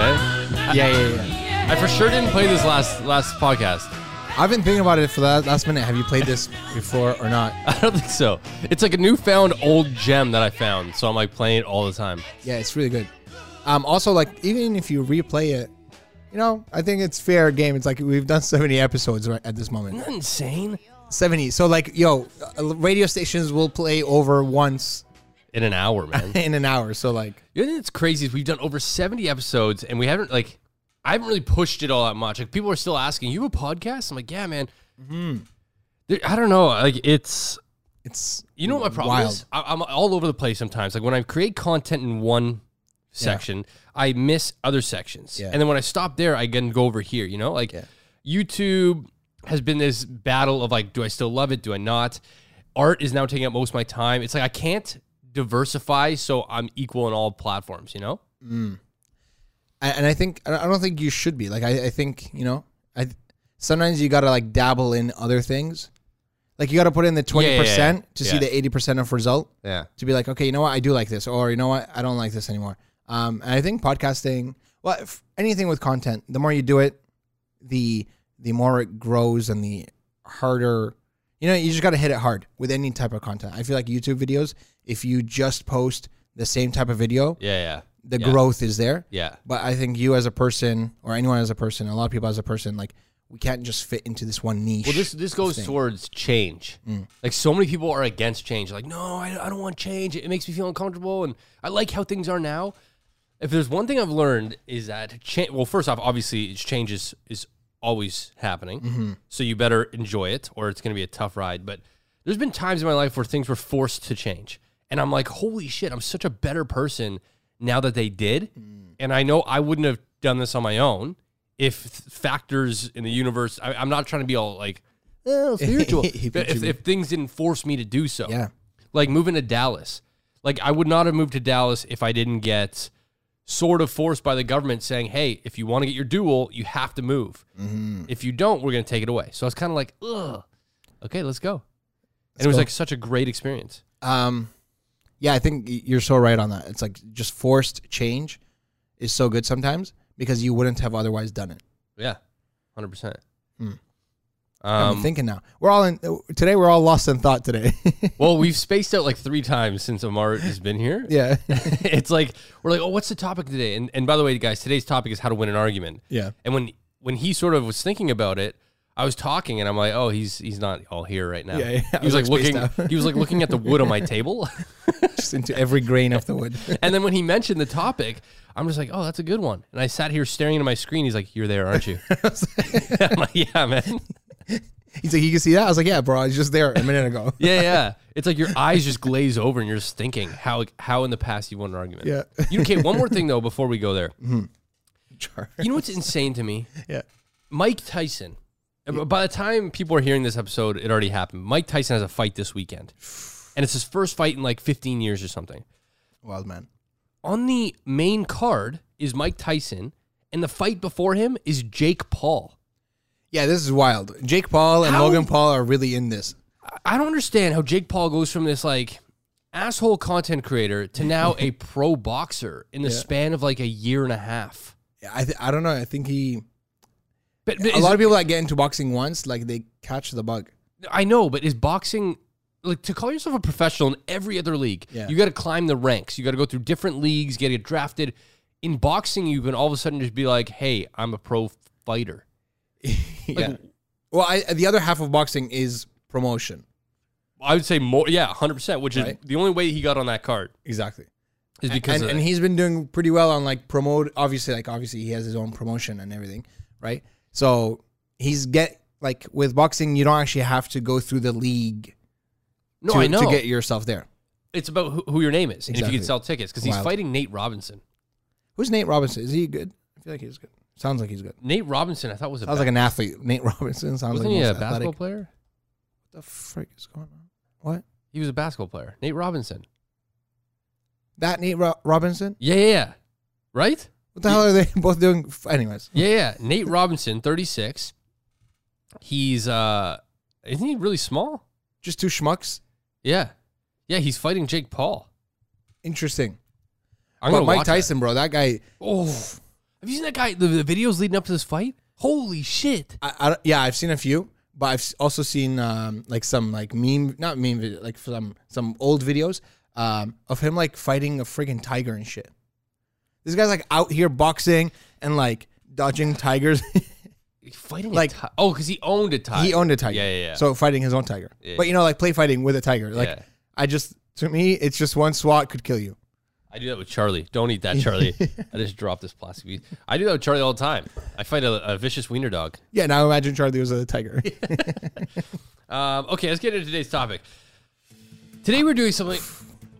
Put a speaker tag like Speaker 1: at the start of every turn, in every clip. Speaker 1: yeah, yeah, yeah.
Speaker 2: I for sure didn't play this last last podcast.
Speaker 1: I've been thinking about it for the last- last minute. Have you played this before or not?
Speaker 2: I don't think so. It's like a newfound old gem that I found, so I'm like playing it all the time.
Speaker 1: Yeah, it's really good. Um, also, like even if you replay it, you know, I think it's fair game. It's like we've done seventy episodes right at this moment.
Speaker 2: Isn't that insane?
Speaker 1: Seventy. So like, yo, uh, radio stations will play over once
Speaker 2: In an hour, man.
Speaker 1: in an hour. So like,
Speaker 2: You know what's crazy is we've done over 70 episodes and we haven't like I haven't really pushed it all that much. Like people are still asking, "You have a podcast?" I'm like, "Yeah, man." There- I don't know. Like it's
Speaker 1: it's
Speaker 2: you know what my problem
Speaker 1: wild.
Speaker 2: is? I, I'm all over the place sometimes. Like when I create content in one section, I miss other sections.
Speaker 1: Yeah.
Speaker 2: And then when I stop there, I can go over here, you know? Like YouTube has been this battle of like, do I still love it? Do I not? Art is now taking up most of my time. It's like I can't diversify so I'm equal on all platforms, you know?
Speaker 1: And and I think I I don't think you should be like. I, I think you know. I sometimes you gotta like dabble in other things. Like you gotta put in the
Speaker 2: yeah,
Speaker 1: twenty
Speaker 2: yeah.
Speaker 1: percent to see
Speaker 2: Yeah.
Speaker 1: the eighty percent of result.
Speaker 2: Yeah.
Speaker 1: to be like, okay, you know what, I do like this, or you know what, I don't like this anymore. Um, and I think podcasting, well, if anything with content, the more you do it, the the more it grows and the harder, you know, you just got to hit it hard with any type of content. I feel like YouTube videos, if you just post the same type of video,
Speaker 2: Yeah, yeah.
Speaker 1: the
Speaker 2: yeah.
Speaker 1: growth is there.
Speaker 2: Yeah.
Speaker 1: But I think you as a person, or anyone as a person, a lot of people as a person, like we can't just fit into this one niche.
Speaker 2: Well, this this goes towards change. Like so many people are against change. Like, no, I, I don't want change. It makes me feel uncomfortable, and I like how things are now. If there's one thing I've learned is that change. Well, first off, obviously, it's change is is always happening. So you better enjoy it, or it's going to be a tough ride. But there's been times in my life where things were forced to change, and I'm like, holy shit, I'm such a better person now that they did. And I know I wouldn't have done this on my own if th- factors in the universe. I, I'm not trying to be all like oh, spiritual.
Speaker 1: He
Speaker 2: But
Speaker 1: put
Speaker 2: if,
Speaker 1: you-
Speaker 2: if things didn't force me to do so,
Speaker 1: yeah,
Speaker 2: like moving to Dallas, like I would not have moved to Dallas if I didn't get sort of forced by the government saying, "Hey, if you want to get your dual, you have to move.
Speaker 1: Mm-hmm.
Speaker 2: If you don't, we're going to take it away." So I was kind of like, "Ugh, okay, let's go." and it was
Speaker 1: go.
Speaker 2: like such a great experience.
Speaker 1: Um, yeah, I think y- you're so right on that. It's like just forced change is so good sometimes because you wouldn't have otherwise done it.
Speaker 2: Yeah, hundred percent.
Speaker 1: I'm
Speaker 2: Um,
Speaker 1: thinking now. We're all in today. We're all lost in thought today.
Speaker 2: well, we've spaced out like three times since Amar has been here.
Speaker 1: yeah,
Speaker 2: it's like we're like, oh, what's the topic today? And and by the way, guys, today's topic is how to win an argument.
Speaker 1: Yeah.
Speaker 2: And when when he sort of was thinking about it, I was talking, and I'm like, oh, he's he's not all here right now.
Speaker 1: Yeah, yeah. I
Speaker 2: He was, like,
Speaker 1: was, like, spaced
Speaker 2: looking.
Speaker 1: out.
Speaker 2: he was like looking at the wood on my table.
Speaker 1: just into every grain of the wood.
Speaker 2: and then when he mentioned the topic, I'm just like, oh, that's a good one. And I sat here staring at my screen. He's like, you're there, aren't you? I'm like, yeah, man.
Speaker 1: He's like, you can see that. I was like, yeah, bro. I was just there a minute ago.
Speaker 2: Yeah, yeah. It's like your eyes just glaze over, and you're just thinking how how in the past you won an argument.
Speaker 1: Yeah.
Speaker 2: You okay? One more thing though, before we go there.
Speaker 1: Sure.
Speaker 2: You know what's insane to me?
Speaker 1: Yeah.
Speaker 2: Mike Tyson. By the time people are hearing this episode, it already happened. Mike Tyson has a fight this weekend, and it's his first fight in like 15 years or something.
Speaker 1: Wild man.
Speaker 2: On the main card is Mike Tyson, and the fight before him is Jake Paul.
Speaker 1: Yeah, this is wild. Jake Paul and
Speaker 2: How-
Speaker 1: Logan Paul are really in this.
Speaker 2: I- I don't understand how Jake Paul goes from this like asshole content creator to now a pro boxer in the span of like a year and a half.
Speaker 1: Yeah, I th- I don't know. I think he.
Speaker 2: But, but
Speaker 1: A
Speaker 2: is-
Speaker 1: lot of people that get into boxing once, like they catch the bug.
Speaker 2: I know, but is boxing like to call yourself a professional in every other league?
Speaker 1: Yeah.
Speaker 2: You got to climb the ranks. You got to go through different leagues. Get get drafted. In boxing, you can all of a sudden just be like, "Hey, I'm a pro fighter."
Speaker 1: yeah. Well, I, the other half of boxing is promotion.
Speaker 2: I would say more, yeah, hundred percent. Which is
Speaker 1: Right.
Speaker 2: the only way he got on that card
Speaker 1: Exactly.
Speaker 2: is because
Speaker 1: and,
Speaker 2: of
Speaker 1: and he's been doing pretty well on like promote obviously like obviously he has his own promotion and everything right so he's get like with boxing you don't actually have to go through the league
Speaker 2: no,
Speaker 1: to,
Speaker 2: I know.
Speaker 1: to get yourself there
Speaker 2: it's about who, who your name is and if you
Speaker 1: Exactly.
Speaker 2: can sell tickets because he's
Speaker 1: Wild.
Speaker 2: fighting Nate Robinson.
Speaker 1: who's nate robinson is he good i feel like he's good sounds like he's good
Speaker 2: Nate Robinson, I thought was a
Speaker 1: sounds
Speaker 2: ba-
Speaker 1: like an athlete nate robinson sounds
Speaker 2: wasn't
Speaker 1: like
Speaker 2: he a
Speaker 1: most athletic.
Speaker 2: basketball player?
Speaker 1: what the frick is going on what
Speaker 2: He was a basketball player. Nate Robinson.
Speaker 1: that nate Ro- robinson
Speaker 2: Yeah, yeah, yeah. right.
Speaker 1: what the hell are they both doing F- anyways
Speaker 2: Yeah, yeah. Nate Robinson, 36. He's uh isn't he really small?
Speaker 1: just two schmucks
Speaker 2: Yeah. Yeah, he's fighting Jake Paul.
Speaker 1: interesting
Speaker 2: I'm
Speaker 1: but
Speaker 2: gonna
Speaker 1: mike
Speaker 2: watch that.
Speaker 1: tyson bro that guy
Speaker 2: Oh. Have you seen that guy? The, the videos leading up to this fight. Holy shit!
Speaker 1: I, I don't- yeah, I've seen a few, but I've s- also seen um, like some like meme, not meme video, like some some old videos um, of him like fighting a friggin' tiger and shit. This guy's like out here boxing and like dodging tigers.
Speaker 2: Fighting
Speaker 1: Like-
Speaker 2: like a ti- oh, because he owned a tiger.
Speaker 1: he owned a tiger,
Speaker 2: Yeah, yeah, yeah.
Speaker 1: So fighting his own tiger,
Speaker 2: Yeah.
Speaker 1: but you know, like play fighting with a tiger. Like
Speaker 2: Yeah.
Speaker 1: I just to me, it's just one swat could kill you.
Speaker 2: I do that with Charlie. Don't eat that, Charlie. I just dropped this plastic piece. I do that with Charlie all the time. I fight a, a vicious wiener dog.
Speaker 1: Yeah, now imagine Charlie was a tiger.
Speaker 2: Um, okay, let's get into today's topic. Today we're doing something.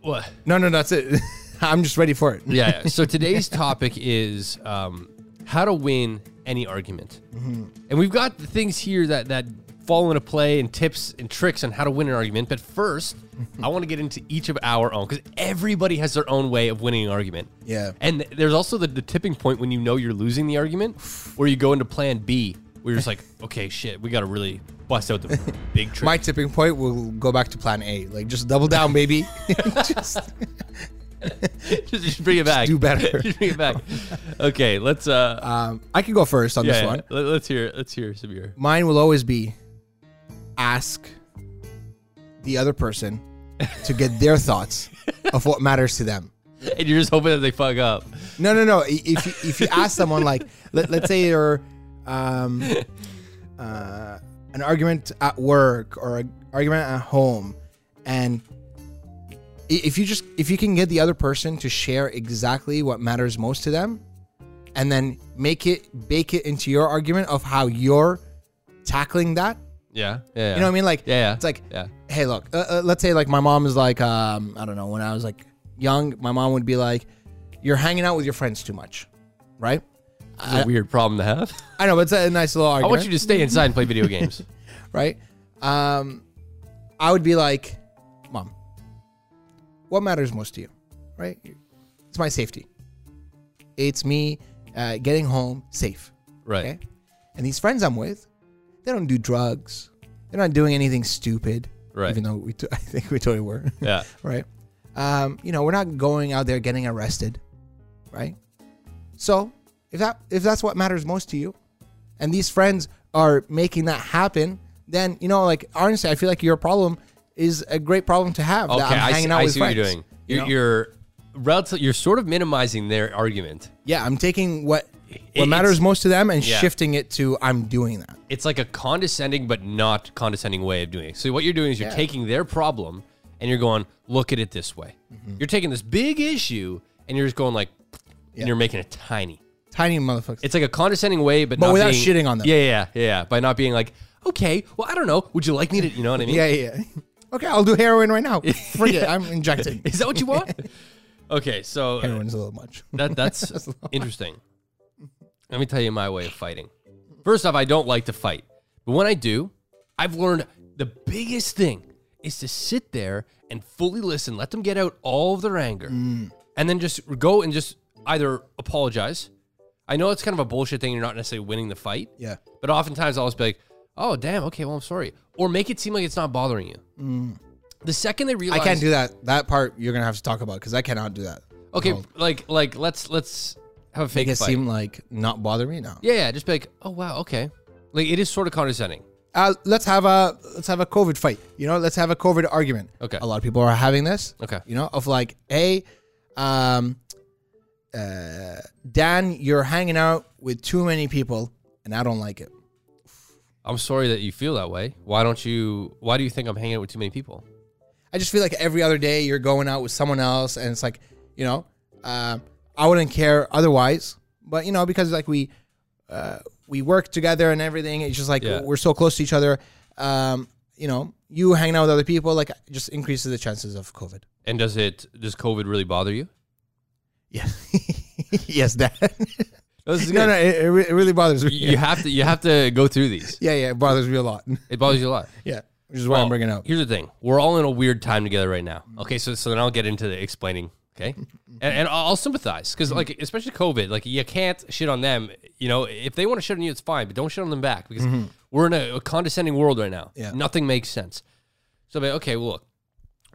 Speaker 2: What?
Speaker 1: no, no, that's it. I'm just ready for it.
Speaker 2: Yeah. yeah. So today's topic is um, how to win any argument,
Speaker 1: Mm-hmm.
Speaker 2: and we've got the things here that that fall into play and tips and tricks on how to win an argument. But first, I want to get into each of our own because everybody has their own way of winning an argument.
Speaker 1: Yeah.
Speaker 2: And th- there's also the, the tipping point when you know you're losing the argument, where you go into Plan B, where you're just like, okay, shit, we got to really bust out the big trick.
Speaker 1: My tipping point will go back to plan A. Like just double down, baby. Just-
Speaker 2: just, just bring it back.
Speaker 1: do better.
Speaker 2: Just bring it back. Okay, let's. uh
Speaker 1: Um, I can go first on this one.
Speaker 2: Let, us hear. Let's hear Sabir.
Speaker 1: Mine will always be ask the other person to get their thoughts of what matters to them.
Speaker 2: And you're just hoping that they fuck up.
Speaker 1: No, no, no. I- If you, if you ask someone like, let, let's say you're um, uh, an argument at work or an argument at home, and i- if you just if you can get the other person to share exactly what matters most to them, and then make it bake it into your argument of how you're tackling that.
Speaker 2: Yeah. Yeah.
Speaker 1: You know what I mean? Like,
Speaker 2: Yeah, yeah.
Speaker 1: it's like,
Speaker 2: Yeah.
Speaker 1: hey, look, uh, uh, let's say like my mom is like, um, I don't know, when I was like young, my mom would be like, you're hanging out with your friends too much, right?
Speaker 2: It's a weird problem to have.
Speaker 1: I know, but it's a nice little
Speaker 2: I
Speaker 1: argument,
Speaker 2: want you to stay inside and play video games.
Speaker 1: right? Um, I would be like, mom, what matters most to you, right? It's my safety. It's me uh, getting home safe.
Speaker 2: Right.
Speaker 1: Okay. And these friends I'm with, they don't do drugs. They're not doing anything stupid.
Speaker 2: Right.
Speaker 1: Even though we, t- I think we totally were.
Speaker 2: Yeah.
Speaker 1: right. Um, you know, we're not going out there getting arrested, right? So if that if that's what matters most to you, and these friends are making that happen, then you know, like honestly, I feel like your problem is a great problem to have.
Speaker 2: Okay.
Speaker 1: that I'm
Speaker 2: I
Speaker 1: hanging
Speaker 2: see,
Speaker 1: out
Speaker 2: I
Speaker 1: with
Speaker 2: see what
Speaker 1: friends.
Speaker 2: you're doing.
Speaker 1: you
Speaker 2: You're,
Speaker 1: know?
Speaker 2: you're relative. You're sort of minimizing their argument.
Speaker 1: yeah, I'm taking what what
Speaker 2: It's-
Speaker 1: matters most to them and
Speaker 2: Yeah.
Speaker 1: shifting it to I'm doing that.
Speaker 2: It's like a condescending but not condescending way of doing it. So what you're doing is you're
Speaker 1: Yeah.
Speaker 2: taking their problem and you're going, look at it this way.
Speaker 1: Mm-hmm.
Speaker 2: You're taking this big issue and you're just going like, and you're making it tiny.
Speaker 1: Tiny motherfuckers.
Speaker 2: It's like a condescending way, but, not
Speaker 1: without
Speaker 2: being-
Speaker 1: shitting on them.
Speaker 2: Yeah, yeah, yeah, yeah. By not being like, okay, well, I don't know. Would you like me to? You know what I mean?
Speaker 1: Yeah, yeah. yeah. Okay, I'll do heroin right now. Forget it. I'm injecting.
Speaker 2: Is that what you want? okay, so uh,
Speaker 1: Heroin's a little much.
Speaker 2: that that's interesting. Let me tell you my way of fighting. First off, I don't like to fight, but when I do, I've learned the biggest thing is to sit there and fully listen, let them get out all of their anger,
Speaker 1: Mm.
Speaker 2: and then just go and just either apologize. I know it's kind of a bullshit thing. You're not necessarily winning the fight.
Speaker 1: Yeah.
Speaker 2: But oftentimes I'll just be like, oh, damn, okay, well, I'm sorry. Or make it seem like it's not bothering you. The second they
Speaker 1: Mm. I
Speaker 2: realize
Speaker 1: can't do that. That part you're gonna have to talk about because I cannot do that.
Speaker 2: Okay,
Speaker 1: Hold.
Speaker 2: like like let's let's have a fake
Speaker 1: Make it
Speaker 2: fight.
Speaker 1: seem like not bother me now.
Speaker 2: yeah, yeah, just be like, oh wow, okay. Like it is sort of condescending.
Speaker 1: Uh, let's have a let's have a COVID fight. You know, let's have a COVID argument.
Speaker 2: Okay.
Speaker 1: A lot of people are having this.
Speaker 2: Okay.
Speaker 1: You know, of like, hey, um, uh, Dan, you're hanging out with too many people, and I don't like it.
Speaker 2: I'm sorry that you feel that way. Why don't you? Why do you think I'm hanging out with too many people?
Speaker 1: I just feel like every other day you're going out with someone else, and it's like, you know, um, I wouldn't care otherwise. But you know, because like we uh, we work together and everything, it's just like
Speaker 2: Yeah.
Speaker 1: we're so close to each other. Um, you know, you hanging out with other people like just increases the chances of COVID.
Speaker 2: And does it? Does COVID really bother you?
Speaker 1: Yeah. yes, that.
Speaker 2: This is
Speaker 1: no,
Speaker 2: good.
Speaker 1: no, it, it re- it really bothers me.
Speaker 2: You have to you have to go through these.
Speaker 1: Yeah, yeah, it bothers me a lot.
Speaker 2: It bothers you a lot.
Speaker 1: yeah, which is why I'm
Speaker 2: Well,
Speaker 1: bringing it up. Mm.
Speaker 2: Here's the thing: we're all in a weird time together right now. Okay, so so then I'll get into the explaining. Okay, and, and I'll I'll sympathize because like especially COVID, like you can't shit on them. You know, if they want to shit on you, it's fine, but don't shit on them back because we're in a, a condescending world right now.
Speaker 1: Mm-hmm. Yeah.
Speaker 2: nothing makes sense. So I'm like, okay, well, look,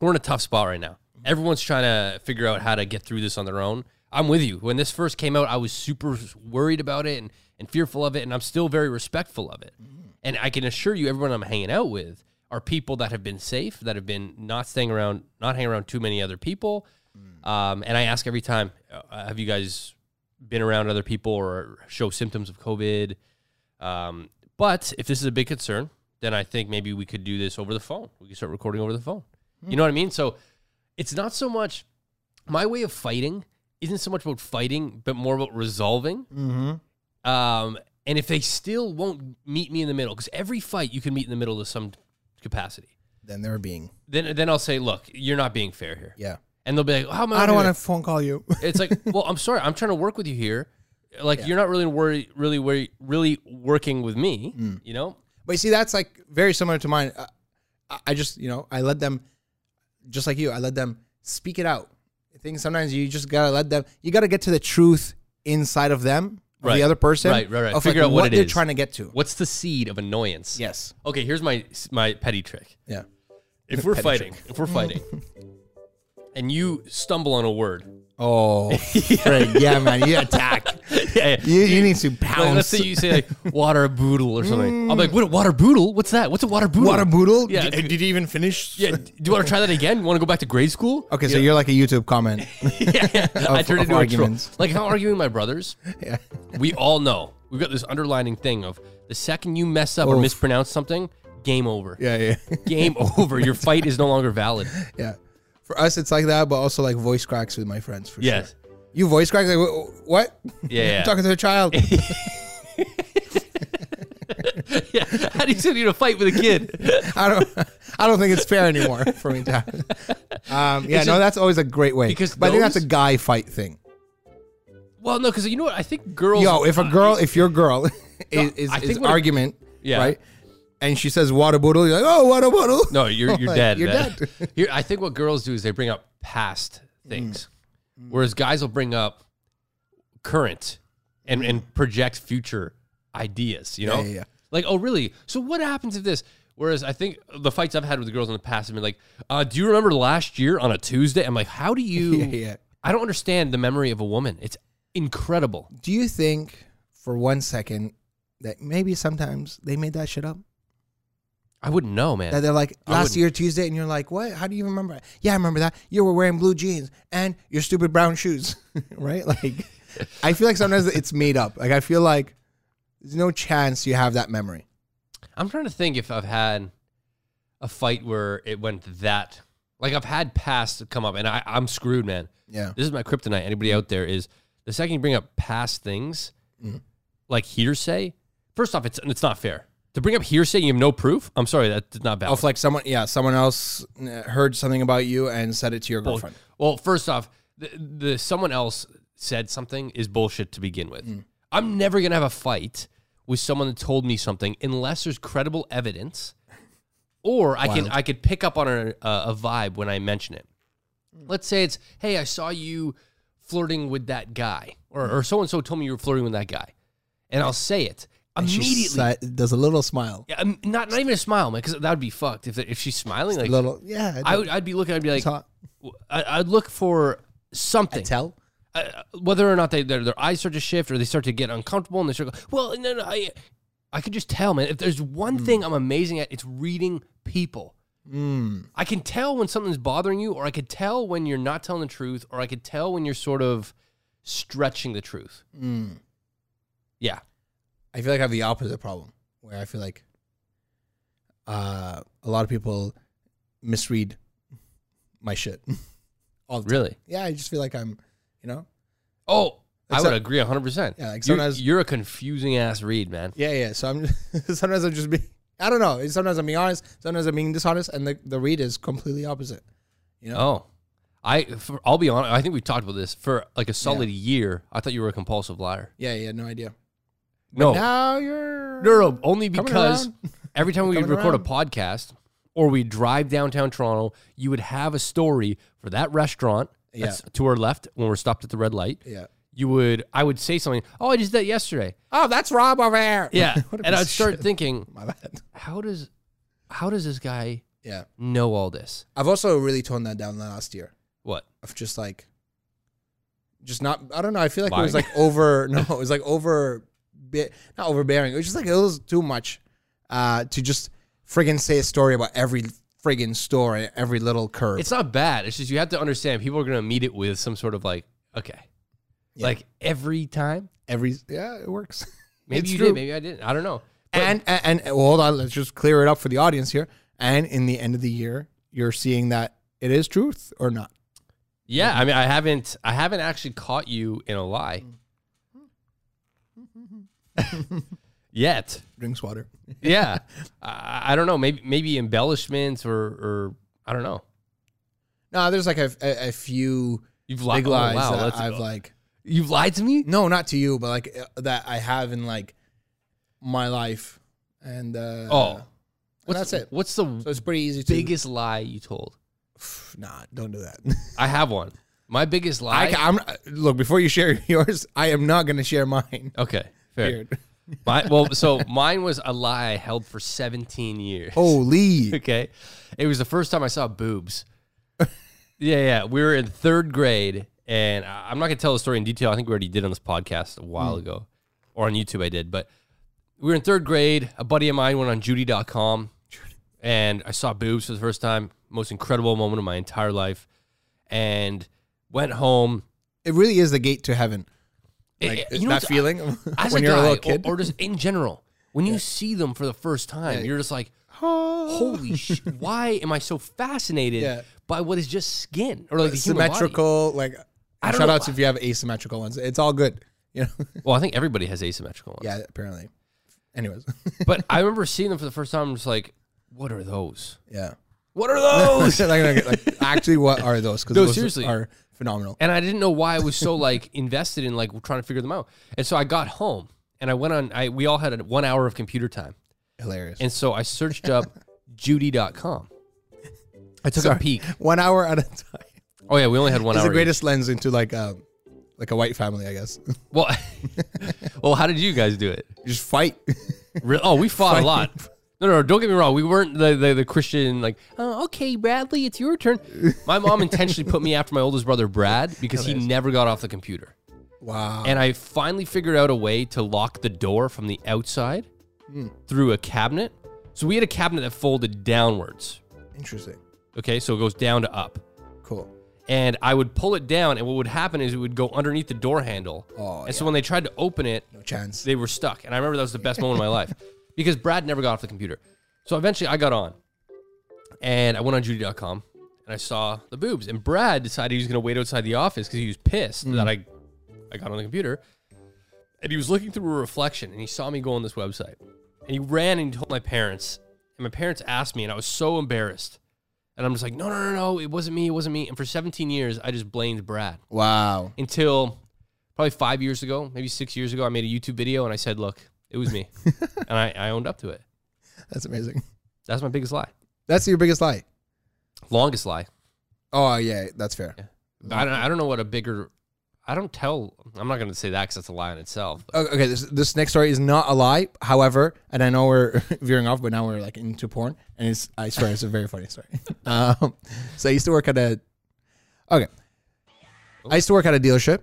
Speaker 2: we're in a tough spot right now. Everyone's trying to figure out how to get through this on their own. I'm with you. When this first came out, I was super worried about it and, and fearful of it, and I'm still very respectful of it. And I can assure you, everyone I'm hanging out with are people that have been safe, that have been not staying around, not hanging around too many other people. Um, and I ask every time, uh, have you guys been around other people or show symptoms of COVID? Um, but if this is a big concern, then I think maybe we could do this over the phone. We could start recording over the phone. You know what I mean? So it's not so much my way of fighting isn't so much about fighting, but more about resolving.
Speaker 1: Mm-hmm.
Speaker 2: Um, and if they still won't meet me in the middle, because every fight you can meet in the middle to some capacity,
Speaker 1: Then they're being
Speaker 2: then then I'll say, look, you're not being fair here.
Speaker 1: yeah.
Speaker 2: And they'll be like, how am I?
Speaker 1: I don't
Speaker 2: gonna
Speaker 1: want to phone call you.
Speaker 2: it's like, well, I'm sorry, I'm trying to work with you here. Like you're not really worry, really worry, really working with me.
Speaker 1: Mm.
Speaker 2: You know,
Speaker 1: But you see, that's like very similar to mine. Uh, I, I just, you know, I let them, just like you, I let them speak it out. I think sometimes you just gotta let them. You gotta get to the truth inside of them, of
Speaker 2: Right.
Speaker 1: the other person,
Speaker 2: Right, right, right.
Speaker 1: Of
Speaker 2: Figure
Speaker 1: like
Speaker 2: out what it
Speaker 1: they're
Speaker 2: is.
Speaker 1: trying to get to.
Speaker 2: what's the seed of annoyance?
Speaker 1: Yes.
Speaker 2: Okay, here's my my petty trick.
Speaker 1: Yeah.
Speaker 2: If we're
Speaker 1: Petty
Speaker 2: fighting, if we're fighting, and you stumble on a word,
Speaker 1: Oh, Fred, yeah, man, you attack.
Speaker 2: yeah, yeah.
Speaker 1: You, you need to
Speaker 2: Like,
Speaker 1: pounce.
Speaker 2: let's say you say like water boodle or something. I'm like, what water boodle? What's that? What's a water boodle?
Speaker 1: Mm. water boodle.
Speaker 2: Yeah.
Speaker 1: Did, did you even finish?
Speaker 2: Yeah, do you want to try that again? Want to go back to grade school?
Speaker 1: Okay, so you're like a YouTube comment.
Speaker 2: yeah, yeah. I
Speaker 1: Of-
Speaker 2: turned
Speaker 1: of
Speaker 2: into a
Speaker 1: arguments.
Speaker 2: troll. Like how arguing with my brothers.
Speaker 1: yeah.
Speaker 2: we all know we've got this underlining thing of the second you mess up or
Speaker 1: Oof.
Speaker 2: mispronounce something, game over.
Speaker 1: Yeah. Yeah.
Speaker 2: Game over. Your fight is no longer valid.
Speaker 1: Yeah. For us, it's like that, but also like voice cracks with my friends. For
Speaker 2: Yes.
Speaker 1: Sure. You voice cracks? Like, wh- wh- what?
Speaker 2: Yeah, yeah.
Speaker 1: I'm talking to a child.
Speaker 2: Yeah. How do you sit in a fight with a kid?
Speaker 1: I don't. I don't think it's fair anymore for me to. Um, yeah. no, that's always a great way.
Speaker 2: because
Speaker 1: but I think that's
Speaker 2: those-
Speaker 1: a guy fight thing.
Speaker 2: Well, no, because you know what? I think girls.
Speaker 1: Yo, if a girl, if your girl is is,
Speaker 2: I think
Speaker 1: is
Speaker 2: what it-
Speaker 1: argument,
Speaker 2: Yeah.
Speaker 1: right, and she says water bottle, you're like, oh, water bottle.
Speaker 2: No, you're you're
Speaker 1: Like,
Speaker 2: dead.
Speaker 1: you're
Speaker 2: man.
Speaker 1: dead.
Speaker 2: Here- I think what girls do is they bring up past things,
Speaker 1: Mm.
Speaker 2: whereas guys will bring up current and and project future ideas. You know,
Speaker 1: Mm. yeah, yeah.
Speaker 2: like oh really? So what happens if this? Whereas I think the fights I've had with the girls in the past have been like, uh, do you remember last year on a Tuesday? I'm like, how do you?
Speaker 1: Yeah, yeah.
Speaker 2: I don't understand the memory of a woman. It's incredible.
Speaker 1: Do you think for one second that maybe sometimes they made that shit up?
Speaker 2: I wouldn't know, man.
Speaker 1: That they're like
Speaker 2: I
Speaker 1: last
Speaker 2: wouldn't.
Speaker 1: year Tuesday, and you're like, what? How do you remember? it?" Yeah, I remember that. You were wearing blue jeans and your stupid brown shoes, right? Like, I feel like sometimes it's made up. Like I feel like there's no chance you have that memory.
Speaker 2: I'm trying to think if I've had a fight where it went that. Like I've had past come up, and I, I'm screwed, man.
Speaker 1: Yeah,
Speaker 2: This is my kryptonite. Anybody out there is the second you bring up past things, like hearsay. First off, it's it's not fair to bring up hearsay. You have no proof. I'm sorry, that's not bad.
Speaker 1: of like someone, yeah, someone else uh, heard something about you and said it to your girlfriend.
Speaker 2: Well, first off, the, the someone else said something is bullshit to begin with.
Speaker 1: Mm.
Speaker 2: I'm never gonna have a fight with someone that told me something unless there's credible evidence, or I can I could pick up on a, a, a vibe when I mention it.
Speaker 1: Mm.
Speaker 2: Let's say it's hey, I saw you flirting with that guy, or or so and so told me you were flirting with that guy, and I'll say it
Speaker 1: She
Speaker 2: immediately.
Speaker 1: si- does a little smile,
Speaker 2: Yeah, I'm- not not even a smile, man, because that would be fucked if if she's smiling like.
Speaker 1: a little, yeah.
Speaker 2: I would, I'd be looking. I'd be like,
Speaker 1: hot.
Speaker 2: I, I'd look for something,
Speaker 1: tell.
Speaker 2: uh, whether or not they their, their eyes start to shift or they start to get uncomfortable and they start. Going, well, no, no, I, I could just tell, man. If there's one
Speaker 1: Hmm.
Speaker 2: thing I'm amazing at, it's reading people.
Speaker 1: Hmm.
Speaker 2: I can tell when something's bothering you, or I could tell when you're not telling the truth, or I could tell when you're sort of stretching the truth.
Speaker 1: Hmm.
Speaker 2: Yeah,
Speaker 1: I feel like I have the opposite problem where I feel like uh, a lot of people misread my shit. All the time.
Speaker 2: really.
Speaker 1: Yeah, I just feel like I'm, you know.
Speaker 2: Oh, I would
Speaker 1: Except-
Speaker 2: agree 100. percent
Speaker 1: Yeah, like
Speaker 2: you're,
Speaker 1: sometimes-
Speaker 2: you're a confusing ass read, man.
Speaker 1: Yeah, yeah. So I'm sometimes I'm just being. I don't know. Sometimes I'm being honest. Sometimes I'm being dishonest, and the, the read is completely opposite.
Speaker 2: Oh, I for, I'll be honest. I think we've talked about this for like a solid year. I thought you were a compulsive liar.
Speaker 1: Yeah, yeah. No idea.
Speaker 2: No, no,
Speaker 1: Now you're.
Speaker 2: no, no, only because
Speaker 1: around.
Speaker 2: every time we
Speaker 1: Coming
Speaker 2: record
Speaker 1: around.
Speaker 2: a podcast or we drive downtown Toronto, you would have a story for that restaurant
Speaker 1: Yeah.
Speaker 2: that's to our left when we're stopped at the red light.
Speaker 1: Yeah.
Speaker 2: You would, I would say something. Oh, I just did that yesterday.
Speaker 1: Oh, that's Rob over there.
Speaker 2: Yeah,
Speaker 1: What a
Speaker 2: and
Speaker 1: piece
Speaker 2: I'd
Speaker 1: of
Speaker 2: start
Speaker 1: shit.
Speaker 2: thinking,
Speaker 1: My bad.
Speaker 2: how does, how does this guy
Speaker 1: Yeah.
Speaker 2: know all this?
Speaker 1: I've also really toned that down last year.
Speaker 2: What?
Speaker 1: of just like just not. I don't know. I feel like it was
Speaker 2: Lying.
Speaker 1: like over. No, it was like over. bit- Not overbearing. It was just like it was too much uh, to just friggin' say a story about every friggin' story, every little curve.
Speaker 2: It's not bad. It's just you have to understand people are gonna meet it with some sort of like, okay,
Speaker 1: Yeah.
Speaker 2: like every time.
Speaker 1: every yeah, it works.
Speaker 2: Maybe
Speaker 1: It's
Speaker 2: you
Speaker 1: true.
Speaker 2: did. Maybe I didn't. I don't know. But
Speaker 1: and and, and well, hold on, let's just clear it up for the audience here. And in the end of the year, you're seeing that it is truth or not.
Speaker 2: yeah, I mean, I haven't. I haven't actually caught you in a lie
Speaker 1: Mm.
Speaker 2: yet.
Speaker 1: Drinks water.
Speaker 2: Yeah, I, I don't know. Maybe maybe embellishments or or I don't know.
Speaker 1: No, there's like a, a, a few
Speaker 2: You've
Speaker 1: big
Speaker 2: lied.
Speaker 1: lies
Speaker 2: wow,
Speaker 1: that
Speaker 2: that's-
Speaker 1: I've like.
Speaker 2: you've lied to me.
Speaker 1: No, not to you, but like uh, that I have in like my life, and uh,
Speaker 2: Oh,
Speaker 1: and
Speaker 2: what's,
Speaker 1: that's it.
Speaker 2: What's
Speaker 1: So
Speaker 2: the
Speaker 1: it's pretty easy to.
Speaker 2: biggest lie you told?
Speaker 1: Nah, don't do that.
Speaker 2: I have one. My biggest lie.
Speaker 1: I, ca- I'm uh, look before you share yours. I am not gonna share mine.
Speaker 2: okay, fair.
Speaker 1: Weird.
Speaker 2: My, well, so mine was a lie I held for 17 years.
Speaker 1: Oh. Holy,
Speaker 2: Okay. It was the first time I saw boobs. yeah, yeah. We were in third grade, and I- I'm not going to tell the story in detail. I think we already did on this podcast a
Speaker 1: Hmm.
Speaker 2: while ago, or on YouTube, I did. But we were in third grade. A buddy of mine went on Judy.com, and I saw boobs for the first time. Most incredible moment of my entire life. And went home.
Speaker 1: it really is the gate to heaven.
Speaker 2: It-
Speaker 1: Like
Speaker 2: it- you know
Speaker 1: that
Speaker 2: what's-
Speaker 1: feeling
Speaker 2: as
Speaker 1: when
Speaker 2: a
Speaker 1: you're
Speaker 2: guy,
Speaker 1: uh, a oh, little
Speaker 2: or-
Speaker 1: kid.
Speaker 2: Or, just in general, when you see them for the first time, you're just like,
Speaker 1: oh,
Speaker 2: holy sh! Why am I so fascinated
Speaker 1: Yeah.
Speaker 2: by what is just skin or like the human body?
Speaker 1: symmetrical, like
Speaker 2: I don't
Speaker 1: shout
Speaker 2: know.
Speaker 1: outs if you have asymmetrical ones. It's all good. You know.
Speaker 2: Well, I think everybody has asymmetrical ones.
Speaker 1: yeah, apparently. Anyways.
Speaker 2: But I remember seeing them for the first time. I'm just like, what are those?
Speaker 1: yeah.
Speaker 2: What are those?
Speaker 1: So, like, like, like, actually, what are those? Because
Speaker 2: No,
Speaker 1: those
Speaker 2: seriously.
Speaker 1: are phenomenal.
Speaker 2: and I didn't know why I was so like invested in like trying to figure them out. And so I got home and I went on. I we all had a, one hour of computer time,
Speaker 1: Hilarious.
Speaker 2: and so I searched up Judy.com. I took a peek.
Speaker 1: One hour at a time.
Speaker 2: Oh yeah, we only had one
Speaker 1: It's
Speaker 2: hour.
Speaker 1: the
Speaker 2: each.
Speaker 1: greatest lens into like um like a white family, I guess.
Speaker 2: Well, well, how did you guys do it?
Speaker 1: Just fight.
Speaker 2: Re- Oh, we fought a lot. No, no, don't get me wrong. We weren't the, the, the Christian, like, oh, okay, Bradley, it's your turn. My mom intentionally put me after my oldest brother, Brad, because he never got off the computer.
Speaker 1: wow.
Speaker 2: And I finally figured out a way to lock the door from the outside
Speaker 1: Hmm.
Speaker 2: through a cabinet. So we had a cabinet that folded downwards.
Speaker 1: Interesting.
Speaker 2: Okay, so it goes down to up.
Speaker 1: Cool.
Speaker 2: And I would pull it down, and what would happen is it would go underneath the door handle.
Speaker 1: Oh,
Speaker 2: and so when they tried to open it,
Speaker 1: No chance.
Speaker 2: they were stuck. And I remember that was the best moment of my life because Brad never got off the computer. So eventually I got on and I went on Judy.com and I saw the boobs. And Brad decided he was going to wait outside the office because he was pissed that I, I got on the computer. And he was looking through a reflection and he saw me go on this website. And he ran and he told my parents. And my parents asked me, and I was so embarrassed. And I'm just like, no, no, no, no, it wasn't me, it wasn't me. And for 17 years, I just blamed Brad
Speaker 1: Wow.
Speaker 2: until probably five years ago, maybe six years ago, I made a YouTube video and I said, look, it was me. and I, I owned up to it.
Speaker 1: That's amazing.
Speaker 2: That's my biggest lie.
Speaker 1: That's your biggest lie.
Speaker 2: Longest lie.
Speaker 1: Oh yeah, that's fair.
Speaker 2: I don't, I don't know what a bigger, I don't tell, I'm not going to say that because that's a lie in itself. But
Speaker 1: Okay, okay, this this next story is not a lie. However, and I know we're veering off, but now we're like into porn, and it's I swear it's a very funny story. Um, so I used to work at a, okay, I used to work at a dealership,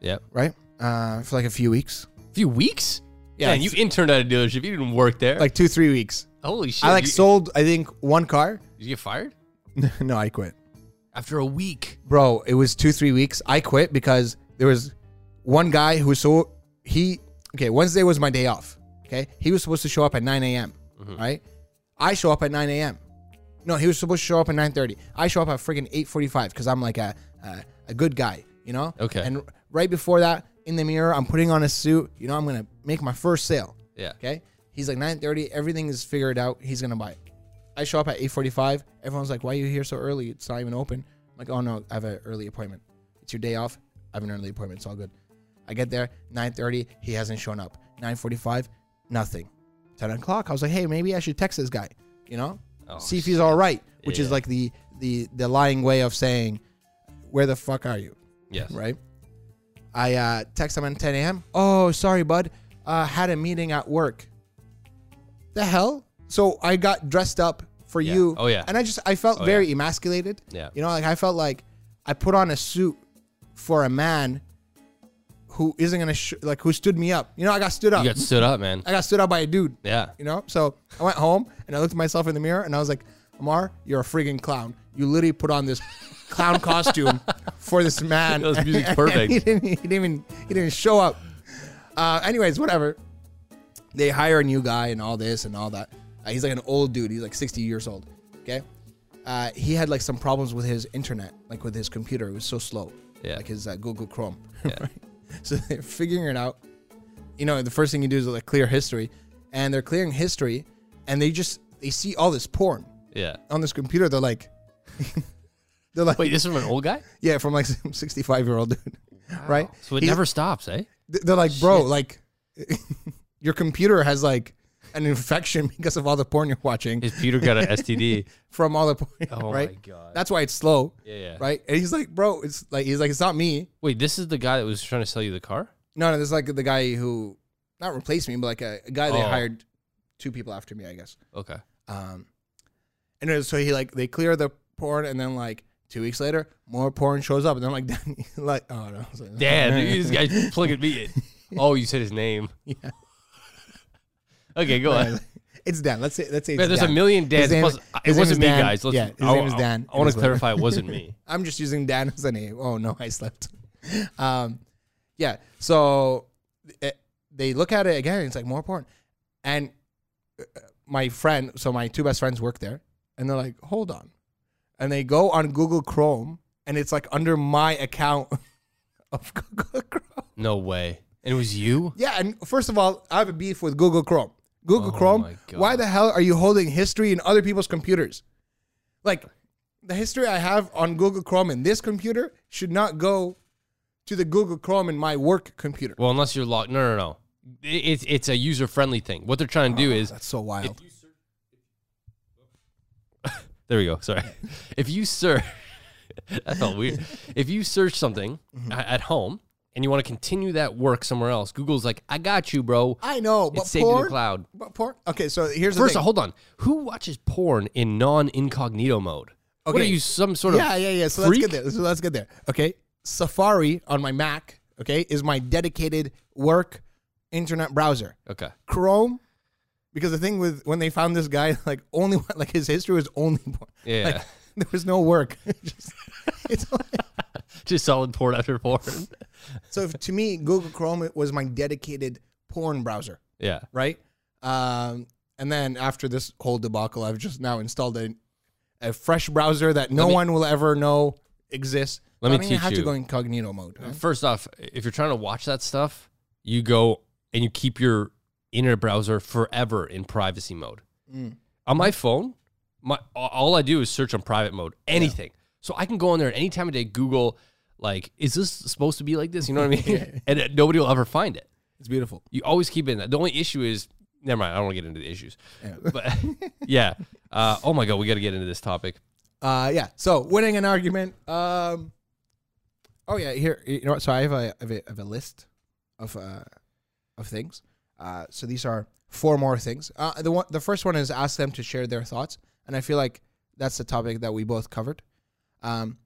Speaker 2: yeah.
Speaker 1: right, uh, for like a few weeks,
Speaker 2: A few weeks?
Speaker 1: Yeah,
Speaker 2: Man, you interned at a dealership. You didn't work there.
Speaker 1: like two three weeks.
Speaker 2: Holy shit.
Speaker 1: I like
Speaker 2: you,
Speaker 1: sold I think one car.
Speaker 2: Did you get fired?
Speaker 1: no, I quit,
Speaker 2: After a week.
Speaker 1: bro. It was two three weeks. I quit because there was one guy who was so he okay. Wednesday was my day off. Okay, he was supposed to show up at nine a.m. Right, I show up at nine a.m. No, he was supposed to show up at nine thirty. I show up at freaking eight forty-five because I'm like a, a a good guy, you know.
Speaker 2: Okay.
Speaker 1: And r- right before that, in the mirror, I'm putting on a suit. You know, I'm gonna make my first sale.
Speaker 2: Yeah.
Speaker 1: Okay. He's like nine thirty. Everything is figured out. He's gonna buy it. I show up at eight forty-five. Everyone's like, "Why are you here so early? It's not even open." I'm like, "Oh no, I have an early appointment. It's your day off. I have an early appointment. It's all good." I get there nine thirty. He hasn't shown up. Nine forty-five, nothing. Ten o'clock. I was like, "Hey, maybe I should text this guy." You know
Speaker 2: Oh,
Speaker 1: see if he's all right, which is
Speaker 2: Yeah.
Speaker 1: like the the the lying way of saying, "Where the fuck are you?"
Speaker 2: Yes.
Speaker 1: Right? I uh, text him at 10 a.m. Oh, sorry, bud. Uh, had a meeting at work. The hell? So I got dressed up for
Speaker 2: Yeah.
Speaker 1: you.
Speaker 2: Oh, yeah.
Speaker 1: And I just I felt
Speaker 2: Oh,
Speaker 1: very emasculated.
Speaker 2: Yeah.
Speaker 1: You know, like I felt like I put on a suit for a man who isn't gonna sh- like who stood me up. You know, I got stood up.
Speaker 2: You got stood up, man.
Speaker 1: I got stood up by a dude.
Speaker 2: Yeah.
Speaker 1: You know, so I went home and I looked at myself in the mirror and I was like, Amar, you're a friggin' clown. You literally put on this clown costume for this man.
Speaker 2: That was music's
Speaker 1: And
Speaker 2: perfect.
Speaker 1: he, didn't, he didn't even he didn't show up. Uh, anyways, whatever. They hire a new guy and all this and all that. Uh, he's like an old dude. He's like 60 years old. Okay. Uh, he had like some problems with his internet, like with his computer. It was so slow.
Speaker 2: Yeah.
Speaker 1: Like his uh, Google Chrome. Right? So they're figuring it out you know, the first thing you do is like clear history, and they're clearing history, and they just they see all this porn
Speaker 2: Yeah.
Speaker 1: on this computer. They're like, they're like,
Speaker 2: Wait, this is from an old guy?
Speaker 1: yeah, from like some sixty-five year old dude, right?
Speaker 2: So it
Speaker 1: He's-
Speaker 2: never stops, eh?
Speaker 1: They're like, bro, like, your computer has like an infection because of all the porn you're watching
Speaker 2: His Peter got an STD.
Speaker 1: from all the porn,
Speaker 2: Oh my
Speaker 1: right?
Speaker 2: God.
Speaker 1: That's why it's slow,
Speaker 2: Yeah, yeah.
Speaker 1: right? And he's like, bro, it's like he's like, it's not me.
Speaker 2: Wait, this is the guy that was trying to sell you the car?
Speaker 1: No, no, this is like the guy who not replaced me, but like a, a guy they
Speaker 2: Oh.
Speaker 1: hired two people after me, I guess.
Speaker 2: Okay.
Speaker 1: Um, and it was- so he like they clear the porn, and then like two weeks later, more porn shows up, and I'm like, like oh no, I was like,
Speaker 2: Damn, dude, this guy's plugging me in. Oh, you said his name. Yeah. okay, go ahead.
Speaker 1: it's Dan. Let's say let's say
Speaker 2: Man,
Speaker 1: it's
Speaker 2: there's
Speaker 1: Dan.
Speaker 2: a million
Speaker 1: His
Speaker 2: Dan's.
Speaker 1: name-
Speaker 2: Plus,
Speaker 1: his
Speaker 2: it
Speaker 1: name
Speaker 2: wasn't
Speaker 1: is
Speaker 2: me,
Speaker 1: Dan.
Speaker 2: guys. Let's,
Speaker 1: yeah, his
Speaker 2: I,
Speaker 1: name is
Speaker 2: I-
Speaker 1: Dan.
Speaker 2: I, want
Speaker 1: It
Speaker 2: to
Speaker 1: is what-
Speaker 2: clarify, it wasn't me.
Speaker 1: I'm just using Dan as a name. Oh no, I slept. Um, yeah. So it, they look at it again. It's like more porn, and uh, my friend, so my two best friends work there, and they're like, hold on, and they go on Google Chrome, and it's like under my account of Google Chrome.
Speaker 2: No way. And it was you?
Speaker 1: Yeah, and first of all, I have a beef with Google Chrome. Google
Speaker 2: Oh my
Speaker 1: Chrome,
Speaker 2: God.
Speaker 1: why the hell are you holding history in other people's computers? Like, the history I have on Google Chrome in this computer should not go to the Google Chrome in my work computer.
Speaker 2: Well, unless you're locked. No, no, no. It- It's it's a user friendly thing. What they're trying to do is
Speaker 1: That's so wild.
Speaker 2: There we go. Sorry. If you search, that felt weird. If you search something
Speaker 1: Mm-hmm.
Speaker 2: a- at home and you want to continue that work somewhere else, Google's like, I got you, bro.
Speaker 1: I know, but
Speaker 2: It's saved in the
Speaker 1: Oh, porn.
Speaker 2: cloud.
Speaker 1: But porn. Okay, so here's
Speaker 2: First,
Speaker 1: the
Speaker 2: off,
Speaker 1: thing.
Speaker 2: hold on. Who watches porn in non incognito mode? What are
Speaker 1: Okay.
Speaker 2: you, some sort
Speaker 1: Yeah,
Speaker 2: of.
Speaker 1: yeah, yeah. So
Speaker 2: freak?
Speaker 1: let's get there. So let's get there. Okay, Safari on my Mac. Okay, is my dedicated work internet browser.
Speaker 2: Okay.
Speaker 1: Chrome because the thing with when they found this guy, like only like his history was only porn.
Speaker 2: Yeah.
Speaker 1: Like, there was no work. Just- it's like-
Speaker 2: Just solid porn after porn.
Speaker 1: so if, to me, Google Chrome was my dedicated porn browser,
Speaker 2: yeah.
Speaker 1: right? Um, and then after this whole debacle, I've just now installed a, a fresh browser that no one will ever know exists.
Speaker 2: Let
Speaker 1: I
Speaker 2: me
Speaker 1: don't even
Speaker 2: teach
Speaker 1: have to
Speaker 2: you.
Speaker 1: go incognito mode. huh?
Speaker 2: First off, if you're trying to watch that stuff, you go and you keep your internet browser forever in privacy mode.
Speaker 1: Mm.
Speaker 2: On my phone, my a- all I do is search on private mode, anything. So I can go on there at any time of day, Google, like, is this supposed to be like this? You know what I mean? And uh, nobody will ever find it.
Speaker 1: It's beautiful.
Speaker 2: You always keep it in that. The only issue is, never mind. I don't want to get into the issues. But yeah. Uh, oh my God, we got to get into this topic.
Speaker 1: Uh, yeah. So winning an argument. Um, oh yeah. Here, you know what? So I have a, I have a, I have a list of uh, of things. Uh, so these are four more things. Uh, the one, the first one is ask them to share their thoughts, and I feel like that's the topic that we both covered. Um,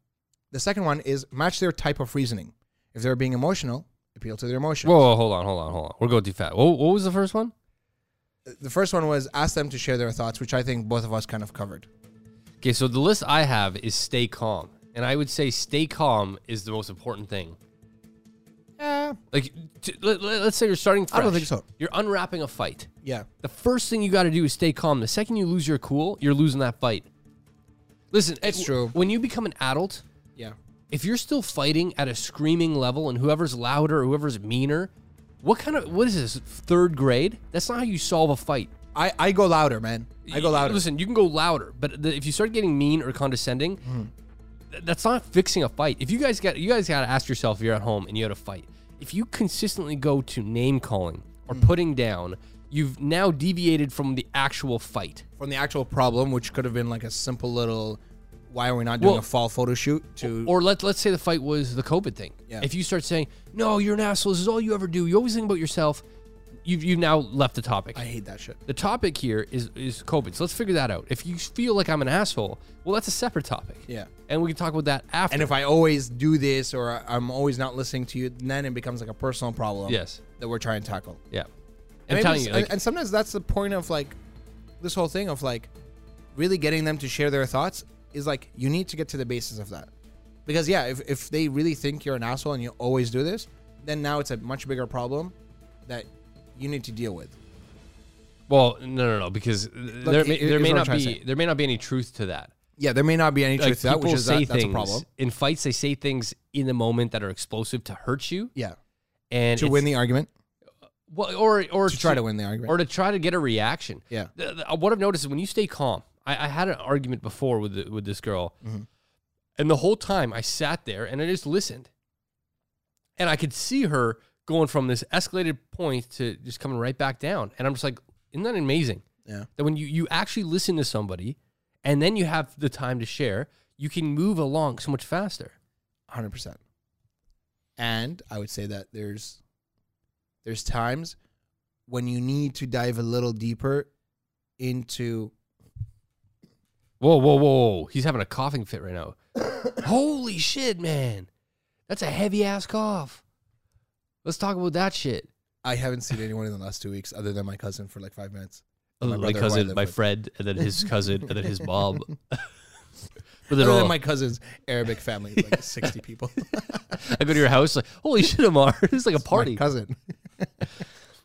Speaker 1: the second one is match their type of reasoning. If they're being emotional, appeal to their emotion.
Speaker 2: Whoa, whoa, hold on, hold on, hold on. We're going too fast. Whoa, what was the first one?
Speaker 1: the first one was ask them to share their thoughts, which I think both of us kind of covered.
Speaker 2: Okay, so the list I have is stay calm. And I would say stay calm is the most important thing.
Speaker 1: Yeah.
Speaker 2: Like, t- let, us say you're starting fresh.
Speaker 1: I don't think so.
Speaker 2: You're unwrapping a fight.
Speaker 1: Yeah.
Speaker 2: The first thing you got to do is stay calm. The second you lose your cool, you're losing that fight. Listen,
Speaker 1: It's
Speaker 2: it-
Speaker 1: true.
Speaker 2: When you become an adult,
Speaker 1: Yeah.
Speaker 2: if you're still fighting at a screaming level and whoever's louder, whoever's meaner, what kind of, what is this, third grade? That's not how you solve a fight.
Speaker 1: I, I go louder, man. I go louder.
Speaker 2: Listen, you can go louder, but the, if you start getting mean or condescending,
Speaker 1: Hmm.
Speaker 2: th- that's not fixing a fight. If you guys got, you guys got to ask yourself, if you're at home and you had a fight. If you consistently go to name calling or
Speaker 1: Hmm.
Speaker 2: putting down, you've now deviated from the actual fight.
Speaker 1: from the actual problem, which could have been like a simple little, why are we not doing
Speaker 2: Well-
Speaker 1: a fall photo shoot? To
Speaker 2: Or let let's say the fight was the COVID thing.
Speaker 1: Yeah.
Speaker 2: If you start saying, "No, you're an asshole. This is all you ever do. You always think about yourself." you've you've now left the topic.
Speaker 1: I hate that shit.
Speaker 2: the topic here is is COVID. So let's figure that out. If you feel like I'm an asshole, well, that's a separate topic.
Speaker 1: Yeah.
Speaker 2: and we can talk about that after.
Speaker 1: And if I always do this or I- I'm always not listening to you, then it becomes like a personal problem.
Speaker 2: Yes.
Speaker 1: That we're trying to tackle.
Speaker 2: yeah,
Speaker 1: And
Speaker 2: I'm
Speaker 1: maybe
Speaker 2: telling
Speaker 1: it's-
Speaker 2: you, like,
Speaker 1: and, and sometimes that's the point of like this whole thing of like really getting them to share their thoughts is like you need to get to the basis of that. Because yeah, if, if they really think you're an asshole and you always do this, then now it's a much bigger problem that you need to deal with.
Speaker 2: well, no, no, no, because there may, there
Speaker 1: here- here's
Speaker 2: may
Speaker 1: what I'm
Speaker 2: not
Speaker 1: trying to
Speaker 2: be
Speaker 1: say.
Speaker 2: there may not be any truth to that.
Speaker 1: Yeah, there may not be any truth
Speaker 2: Like
Speaker 1: to that,
Speaker 2: people
Speaker 1: which is
Speaker 2: say
Speaker 1: that, that's a
Speaker 2: things
Speaker 1: problem.
Speaker 2: in fights. They say things in the moment that are explosive to hurt you
Speaker 1: Yeah.
Speaker 2: and
Speaker 1: To
Speaker 2: it's-
Speaker 1: win the argument.
Speaker 2: well, or or
Speaker 1: To try to win the argument.
Speaker 2: or to try to get a reaction.
Speaker 1: Yeah.
Speaker 2: The- the- uh, what I've noticed is when you stay calm. I, I had an argument before with the, with this girl, and the whole time I sat there and I just listened, and I could see her going from this escalated point to just coming right back down, and I'm just like, isn't that amazing?
Speaker 1: Yeah.
Speaker 2: That when you you actually listen to somebody, and then you have the time to share, you can move along so much faster.
Speaker 1: hundred percent. And I would say that there's there's times when you need to dive a little deeper into
Speaker 2: Whoa, whoa, whoa! He's having a coughing fit right now. Holy shit, man! That's a heavy ass cough. Let's talk about that shit.
Speaker 1: I haven't seen anyone in the last two weeks other than my cousin for like five minutes.
Speaker 2: My,
Speaker 1: brother who I
Speaker 2: cousin,
Speaker 1: live
Speaker 2: my
Speaker 1: with.
Speaker 2: friend, and then his cousin, and then his mom. but then
Speaker 1: Other
Speaker 2: all,
Speaker 1: than my cousin's Arabic family, like sixty people.
Speaker 2: I go to your house, like, holy shit, Amar! it's like a
Speaker 1: My
Speaker 2: party.
Speaker 1: cousin.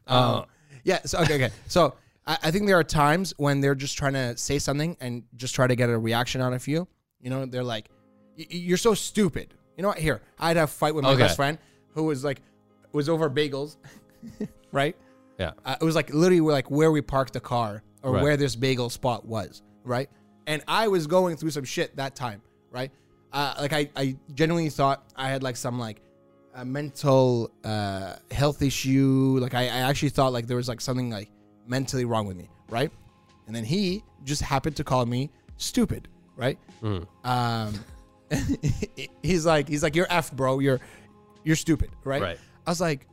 Speaker 2: Uh,
Speaker 1: Yeah. So okay, okay. So I, I think there are times when they're just trying to say something and just try to get a reaction out of you. You know, they're like, "Y- y- "You're so stupid." You know what? Here, I had a fight with my
Speaker 2: Okay.
Speaker 1: best friend who was like, was over bagels, right?
Speaker 2: yeah,
Speaker 1: Uh, it was like literally where- like where we parked the car or
Speaker 2: Right.
Speaker 1: where this bagel spot was, right? And I was going through some shit that time, right? Uh, like I, I genuinely thought I had like some like a mental uh, health issue. Like I, I actually thought like there was like something like mentally wrong with me, right? And then he just happened to call me stupid, right? Um, he's like he's like you're f bro, you're you're stupid, right?
Speaker 2: Right.
Speaker 1: I was like,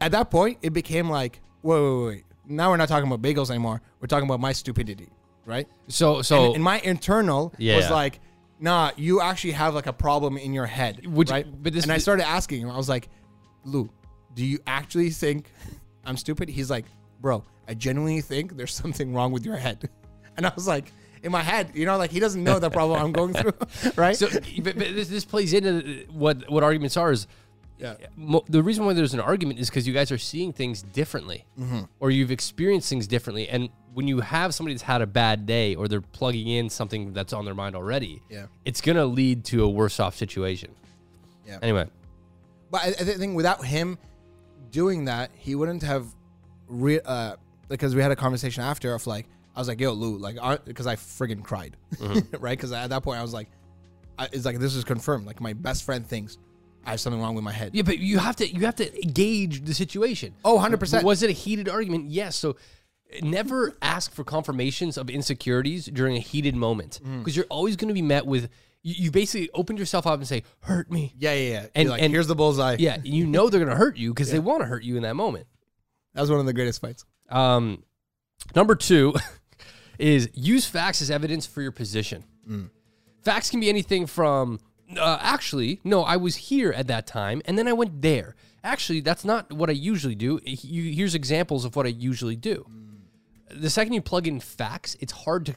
Speaker 1: at that point, it became like, wait, wait, wait. Now we're not talking about bagels anymore. We're talking about my stupidity, right?
Speaker 2: So, so
Speaker 1: And, and my internal was
Speaker 2: Yeah.
Speaker 1: like, nah, you actually have like a problem in your head,
Speaker 2: Would you-
Speaker 1: right?
Speaker 2: but this-
Speaker 1: and I started asking him. I was like, Lou, do you actually think I'm stupid? He's like, bro, I genuinely think there's something wrong with your head. And I was like, in my head, you know, like he doesn't know the problem I'm going through, right?
Speaker 2: so but, but this, this plays into what what arguments are is
Speaker 1: Yeah.
Speaker 2: mo- the reason why there's an argument is because you guys are seeing things differently
Speaker 1: Mm-hmm.
Speaker 2: or you've experienced things differently and when you have somebody that's had a bad day or they're plugging in something that's on their mind already
Speaker 1: Yeah.
Speaker 2: it's gonna lead to a worse off situation
Speaker 1: Yeah.
Speaker 2: anyway
Speaker 1: But I, I think without him doing that, he wouldn't have re- uh because we had a conversation after of like I was like, "Yo, Lou," like because I friggin' cried,
Speaker 2: Mm-hmm.
Speaker 1: right? Because at that point I was like, I, "It's like this is confirmed. Like my best friend thinks I have something wrong with my head."
Speaker 2: yeah but you have to you have to gauge the situation
Speaker 1: Oh, 100%.
Speaker 2: was it a heated argument yes so never ask for confirmations of insecurities during a heated moment because you're always going to be met with you, you basically opened yourself up and say hurt me
Speaker 1: Yeah, yeah, yeah.
Speaker 2: And-
Speaker 1: And, like,
Speaker 2: and-
Speaker 1: here's the bullseye.
Speaker 2: Yeah, you know they're gonna hurt you because they want to hurt you in that moment.
Speaker 1: that was one of the greatest fights.
Speaker 2: Um, number two is use facts as evidence for your position. Facts can be anything from uh, actually, no, I was here at that time, and then I went there. Actually, that's not what I usually do. H- you- Here's examples of what I usually do. The second you plug in facts, it's hard to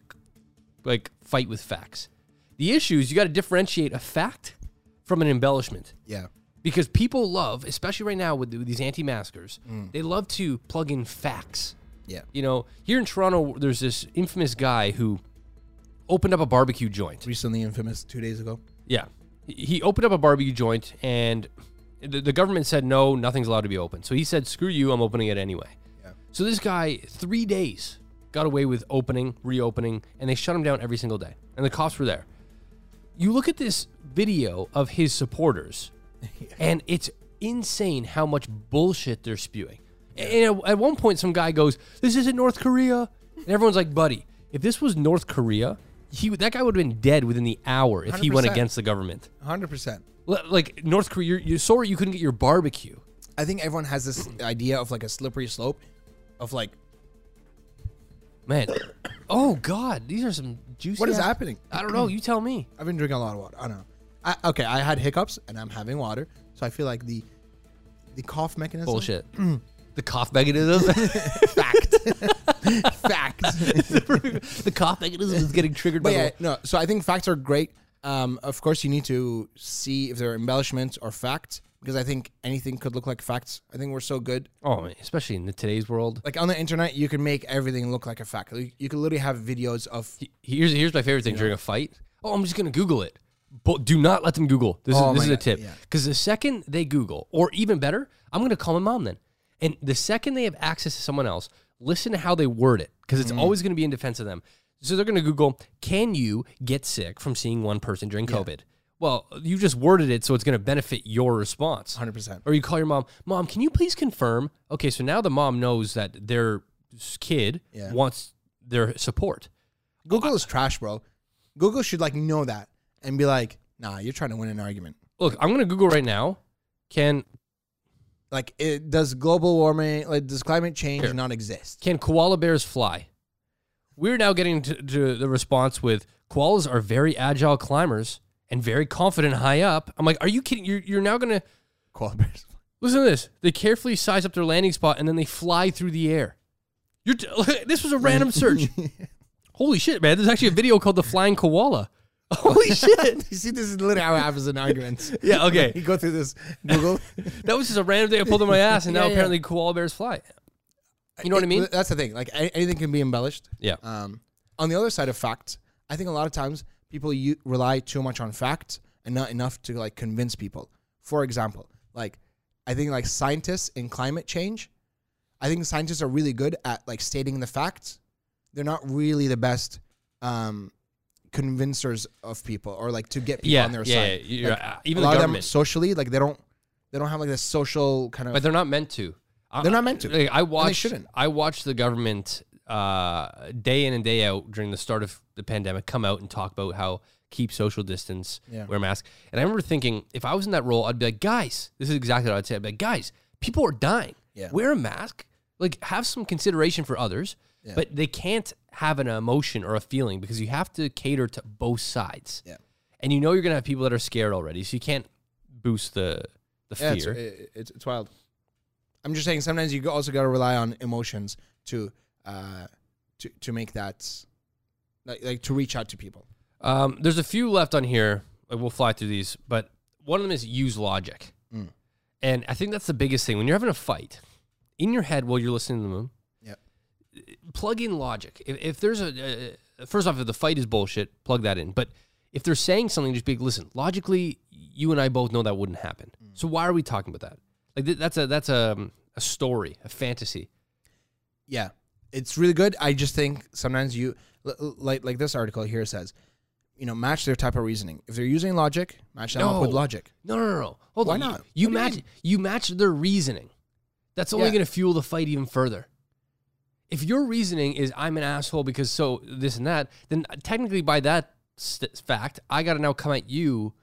Speaker 2: like fight with facts. The issue is you got to differentiate a fact from an embellishment
Speaker 1: Yeah,
Speaker 2: because people love, especially right now with, with these anti-maskers, they love to plug in facts.
Speaker 1: yeah,
Speaker 2: You know, here in Toronto, there's this infamous guy who opened up a barbecue joint.
Speaker 1: Recently infamous two days ago.
Speaker 2: Yeah, he he opened up a barbecue joint, and the, the government said no, nothing's allowed to be open. So he said, "Screw you, I'm opening it anyway."
Speaker 1: Yeah.
Speaker 2: So this guy, three days, got away with opening, reopening, and they shut him down every single day. And the cops were there. You look at this video of his supporters, and it's insane how much bullshit they're spewing. And at- at one point, some guy goes, "This isn't North Korea," and everyone's like, "Buddy, if this was North Korea." He, that guy would have been dead within the hour if he went
Speaker 1: 100%.
Speaker 2: against the government.
Speaker 1: Hundred percent.
Speaker 2: L- like North Korea, you're, you're sorry you couldn't get your barbecue.
Speaker 1: I think everyone has this idea of like a slippery slope, of like
Speaker 2: man. Oh God, these are some juicy.
Speaker 1: what is
Speaker 2: ass-
Speaker 1: happening.
Speaker 2: I don't know. You tell me.
Speaker 1: I've been drinking a lot of water. I know. I, okay, I had hiccups and I'm having water, so I feel like the the cough mechanism.
Speaker 2: Bullshit. The cough mechanism. Fact.
Speaker 1: Fact.
Speaker 2: the cough mechanism is getting triggered by
Speaker 1: but
Speaker 2: the-
Speaker 1: yeah, no. So I think facts are great. Um, of course, you need to see if they're embellishments or facts because I think anything could look like facts. I think we're so good.
Speaker 2: Oh, man, especially in the today's world.
Speaker 1: Like on the internet, you can make everything look like a fact. Like, you can literally have videos of.
Speaker 2: Here's here's my favorite thing during a fight. Oh, I'm just gonna Google it. But do not let them Google. This
Speaker 1: Oh
Speaker 2: is this
Speaker 1: my
Speaker 2: is a
Speaker 1: God,
Speaker 2: tip.
Speaker 1: yeah.
Speaker 2: Because the second they Google, or even better, I'm gonna call my mom then. And the second they have access to someone else, listen to how they word it, because
Speaker 1: Mm.
Speaker 2: it's always gonna be in defense of them. So they're gonna Google, can you get sick from seeing one person during COVID? Well, you just worded it so it's gonna benefit your response.
Speaker 1: 100%.
Speaker 2: Or you call your mom, Mom, can you please confirm? Okay, so now the mom knows that their s- kid
Speaker 1: Yeah.
Speaker 2: wants their support.
Speaker 1: Google is trash, bro. Google should like know that and be like, nah, you're trying to win an argument.
Speaker 2: Look, I'm gonna Google right now. Can
Speaker 1: Like, it, does global warming, like, does climate change
Speaker 2: Here.
Speaker 1: not exist?
Speaker 2: can koala bears fly? We're now getting to, to the response with koalas are very agile climbers and very confident high up. I'm like, are you kidding? You're, you're now gonna
Speaker 1: Koala bears.
Speaker 2: listen to this. They carefully size up their landing spot and then they fly through the air. You're t- this was a random search. Holy shit, man! There's actually a video called the flying koala. Holy shit!
Speaker 1: you see, this is literally how it happens in arguments.
Speaker 2: Yeah, okay.
Speaker 1: You go through this Google.
Speaker 2: That was just a random thing I pulled on my ass, and now
Speaker 1: Yeah, Uh, yeah.
Speaker 2: apparently koala bears fly. You know what I mean?
Speaker 1: That's the thing. Like a- anything can be embellished.
Speaker 2: Yeah.
Speaker 1: Um, on the other side of fact, I think a lot of times people you rely too much on fact and not enough to like convince people. For example, like I think like scientists in climate change, I think scientists are really good at like stating the facts. They're not really the best um, convincers of people or like to get people
Speaker 2: yeah,
Speaker 1: on their
Speaker 2: yeah,
Speaker 1: side.
Speaker 2: yeah, you're- uh,
Speaker 1: Like, a
Speaker 2: even the
Speaker 1: lot of them
Speaker 2: government,
Speaker 1: socially, like they don't, they don't have like this social kind of.
Speaker 2: but they're not meant to. I-
Speaker 1: They're not meant to.
Speaker 2: Like, I watch.
Speaker 1: shouldn't.
Speaker 2: I watch the government uh, day in and day out during the start of the pandemic come out and talk about how keep social distance,
Speaker 1: Yeah.
Speaker 2: wear masks. And I remember thinking, if I was in that role, I'd be like, guys, this is exactly what I'd say. I'd be like, guys, people are dying.
Speaker 1: Yeah.
Speaker 2: Wear a mask. Like, have some consideration for others. But they can't have an emotion or a feeling because you have to cater to both sides.
Speaker 1: Yeah.
Speaker 2: And you know you're gonna have people that are scared already, so you can't boost the the
Speaker 1: Yeah, it's,
Speaker 2: fear.
Speaker 1: it- it's it's wild. I'm just saying. Sometimes you also got to rely on emotions to uh to to make that like like to reach out to people.
Speaker 2: Um, there's a few left on here. Like, We'll fly through these, but one of them is use logic.
Speaker 1: Mm.
Speaker 2: And I think that's the biggest thing. When you're having a fight, in your head while you're listening to them,
Speaker 1: Yep.
Speaker 2: plug in logic. If, if there's a, uh, first off, if the fight is bullshit, plug that in. But if they're saying something, just be like, listen, logically, you and I both know that wouldn't happen. So why are we talking about that? Like th- that's a that's a, um, a story, a fantasy.
Speaker 1: Yeah, it's really good. I just think sometimes you l- l- like like this article here says, you know, match their type of reasoning. If they're using logic, match them up with
Speaker 2: No.
Speaker 1: logic.
Speaker 2: No, no, no, no. Hold
Speaker 1: Why
Speaker 2: on. You- You,
Speaker 1: not? What do you
Speaker 2: match you match their reasoning. That's only
Speaker 1: Yeah.
Speaker 2: going to fuel the fight even further. If your reasoning is I'm an asshole because so this and that, then uh, technically by that st- fact, I got to now come at you.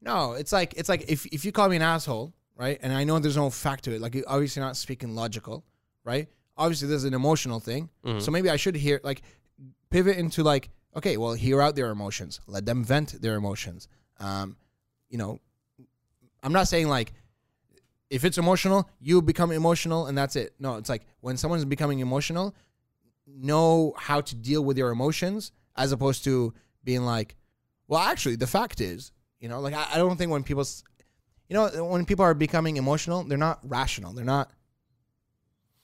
Speaker 1: No, it's like it's like if if you call me an asshole, right? And I know there's no fact to it. Like you're obviously not speaking logical, right? Obviously there's an emotional thing. So maybe I should hear like pivot into like, okay, well, hear out their emotions. Let them vent their emotions. Um, you know, I'm not saying like if it's emotional, you become emotional and that's it. No, it's like when someone's becoming emotional, know how to deal with your emotions as opposed to being like, well, actually, the fact is, you know, like I, I don't think when people, s- you know, when people are becoming emotional, they're not rational. They're not,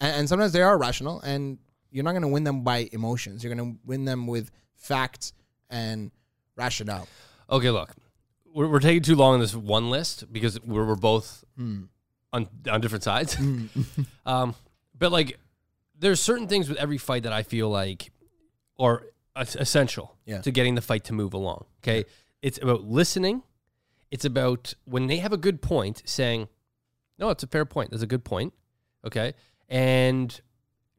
Speaker 1: and, and sometimes they are rational, and you're not going to win them by emotions. You're going to win them with facts and rationale.
Speaker 2: Okay, look, we're, we're taking too long on this one list because we're, we're both on on different sides. um, but like, there's certain things with every fight that I feel like are es- essential
Speaker 1: Yeah.
Speaker 2: to getting the fight to move along. Okay, it's about listening. It's about when they have a good point, saying, "No, it's a fair point. That's a good point." Okay, and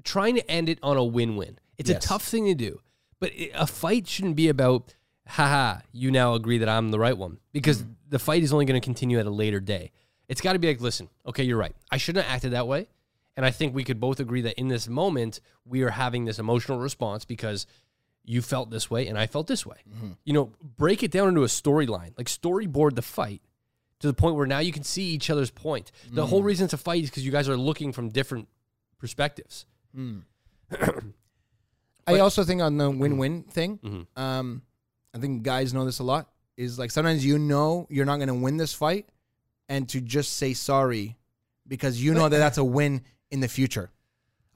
Speaker 2: trying to end it on a win-win. It's
Speaker 1: Yes.
Speaker 2: a tough thing to do, but it, a fight shouldn't be about haha, you now agree that I'm the right one because the fight is only going to continue at a later day. It's got to be like, listen, okay, you're right. I shouldn't have acted that way. And I think we could both agree that in this moment, we are having this emotional response because you felt this way and I felt this way. You know, break it down into a storyline, like storyboard the fight to the point where now you can see each other's point. The whole reason it's a fight is because you guys are looking from different perspectives.
Speaker 1: I also think on the win-win
Speaker 2: Mm-hmm.
Speaker 1: thing, um, I think guys know this a lot. Is like sometimes you know you're not going to win this fight, and to just say sorry because you know that that's a win in the future.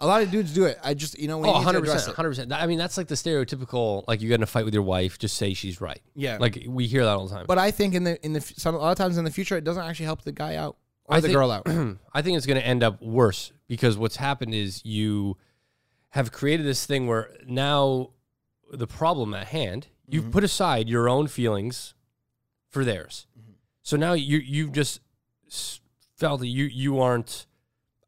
Speaker 1: A lot of dudes do it. I just you know we
Speaker 2: Oh,
Speaker 1: need to
Speaker 2: 100
Speaker 1: address
Speaker 2: percent,
Speaker 1: it.
Speaker 2: hundred percent. I mean, that's like the stereotypical, like you get in a fight with your wife, just say she's right.
Speaker 1: Yeah.
Speaker 2: like we hear that all the time.
Speaker 1: But I think in the in the f- some a lot of times in the future it doesn't actually help the guy out or
Speaker 2: I
Speaker 1: the
Speaker 2: think-
Speaker 1: girl out.
Speaker 2: I think it's going to end up worse because what's happened is you have created this thing where now the problem at hand,
Speaker 1: Mm-hmm.
Speaker 2: you've put aside your own feelings for theirs.
Speaker 1: Mm-hmm.
Speaker 2: So now you you've just s- felt that you you aren't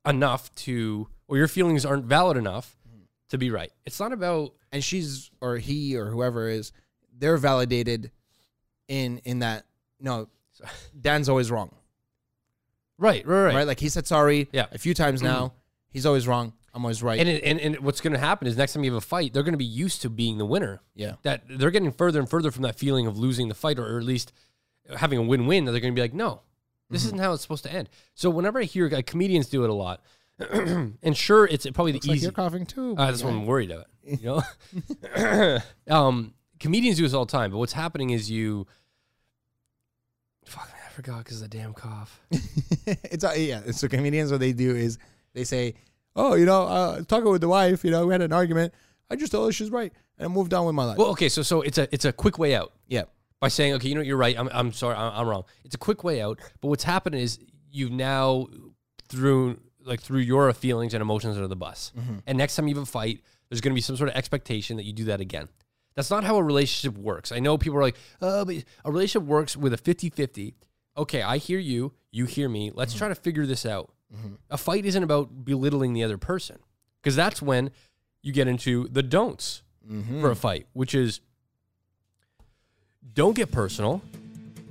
Speaker 2: enough to, or your feelings aren't valid enough
Speaker 1: Mm-hmm.
Speaker 2: to be right. It's not about
Speaker 1: and she's or he or whoever is they're validated in in that no dan's always wrong
Speaker 2: right, right,
Speaker 1: right,
Speaker 2: right.
Speaker 1: like he said sorry
Speaker 2: Yeah. Mm.
Speaker 1: a few times now he's always wrong i'm always right
Speaker 2: And, it, and and what's going to happen is next time you have a fight, they're going to be used to being the winner.
Speaker 1: yeah
Speaker 2: that they're getting further and further from that feeling of losing the fight or at least having a win-win that they're going to be like no this
Speaker 1: Mm-hmm.
Speaker 2: isn't how it's supposed to end so whenever i hear like, comedians do it a lot and sure it's probably the
Speaker 1: It's like
Speaker 2: easy
Speaker 1: you're coughing too
Speaker 2: uh, that's what i'm worried about you know um, comedians do this all the time but what's happening is you fuck i forgot because of the damn cough
Speaker 1: it's uh, yeah so comedians what they do is they say oh you know uh talking with the wife you know we had an argument i just told her she's right and i moved on with my life
Speaker 2: well okay so so it's a it's a quick way out
Speaker 1: yeah
Speaker 2: by saying, okay, you know, what, you're right. I'm, I'm sorry. I'm, I'm wrong. It's a quick way out. But what's happened is you've now through like through your feelings and emotions under the bus. And next time you have a fight, there's going to be some sort of expectation that you do that again. That's not how a relationship works. I know people are like, oh, but a relationship works with a 50 50. Okay, I hear you. You hear me. Let's try to figure this out. A fight isn't about belittling the other person because that's when you get into the don'ts for a fight, which is don't get personal,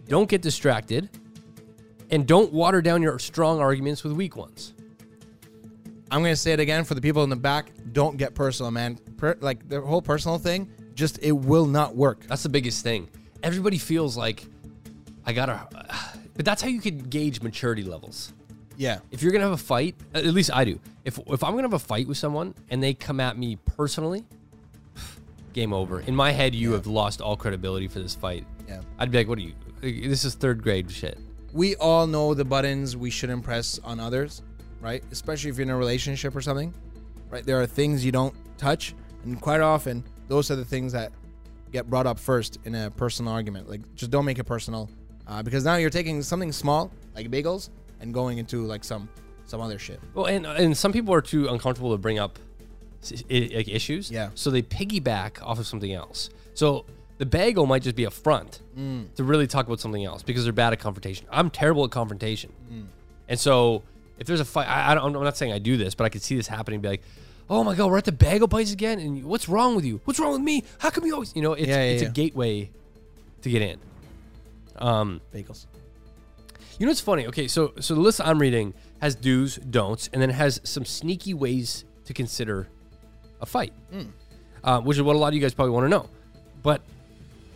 Speaker 2: don't get distracted, and don't water down your strong arguments with weak ones.
Speaker 1: i'm gonna say it again for the people in the back don't get personal man per- like the whole personal thing just it will not work
Speaker 2: That's the biggest thing. Everybody feels like I gotta, but that's how you can gauge maturity levels.
Speaker 1: yeah
Speaker 2: If you're gonna have a fight, at least I do. If if I'm gonna have a fight with someone and they come at me personally, game over. In my head, you have lost all credibility for this fight.
Speaker 1: Yeah.
Speaker 2: I'd be like, what are you? This is third grade shit.
Speaker 1: we all know the buttons we shouldn't press on others, right? Especially if you're in a relationship or something, right? There are things you don't touch, and quite often those are the things that get brought up first in a personal argument. Like, just don't make it personal, uh, because now you're taking something small like bagels and going into like some some other shit.
Speaker 2: Well, and and some people are too uncomfortable to bring up s- i- like issues.
Speaker 1: Yeah.
Speaker 2: So they piggyback off of something else. So the bagel might just be a front
Speaker 1: Mm.
Speaker 2: to really talk about something else because they're bad at confrontation. I'm terrible at confrontation,
Speaker 1: Mm.
Speaker 2: and so if there's a fight, I, I don't, I'm not saying I do this, but I could see this happening. And be like, oh my god, we're at the bagel place again, and you- what's wrong with you? What's wrong with me? How come you always? You know, it's
Speaker 1: Yeah, yeah,
Speaker 2: it's
Speaker 1: yeah.
Speaker 2: a gateway to get in.
Speaker 1: Bagels.
Speaker 2: You know what's funny? Okay, so so the list I'm reading has do's, don'ts, and then it has some sneaky ways to consider a fight, uh, which is what a lot of you guys probably want to know. But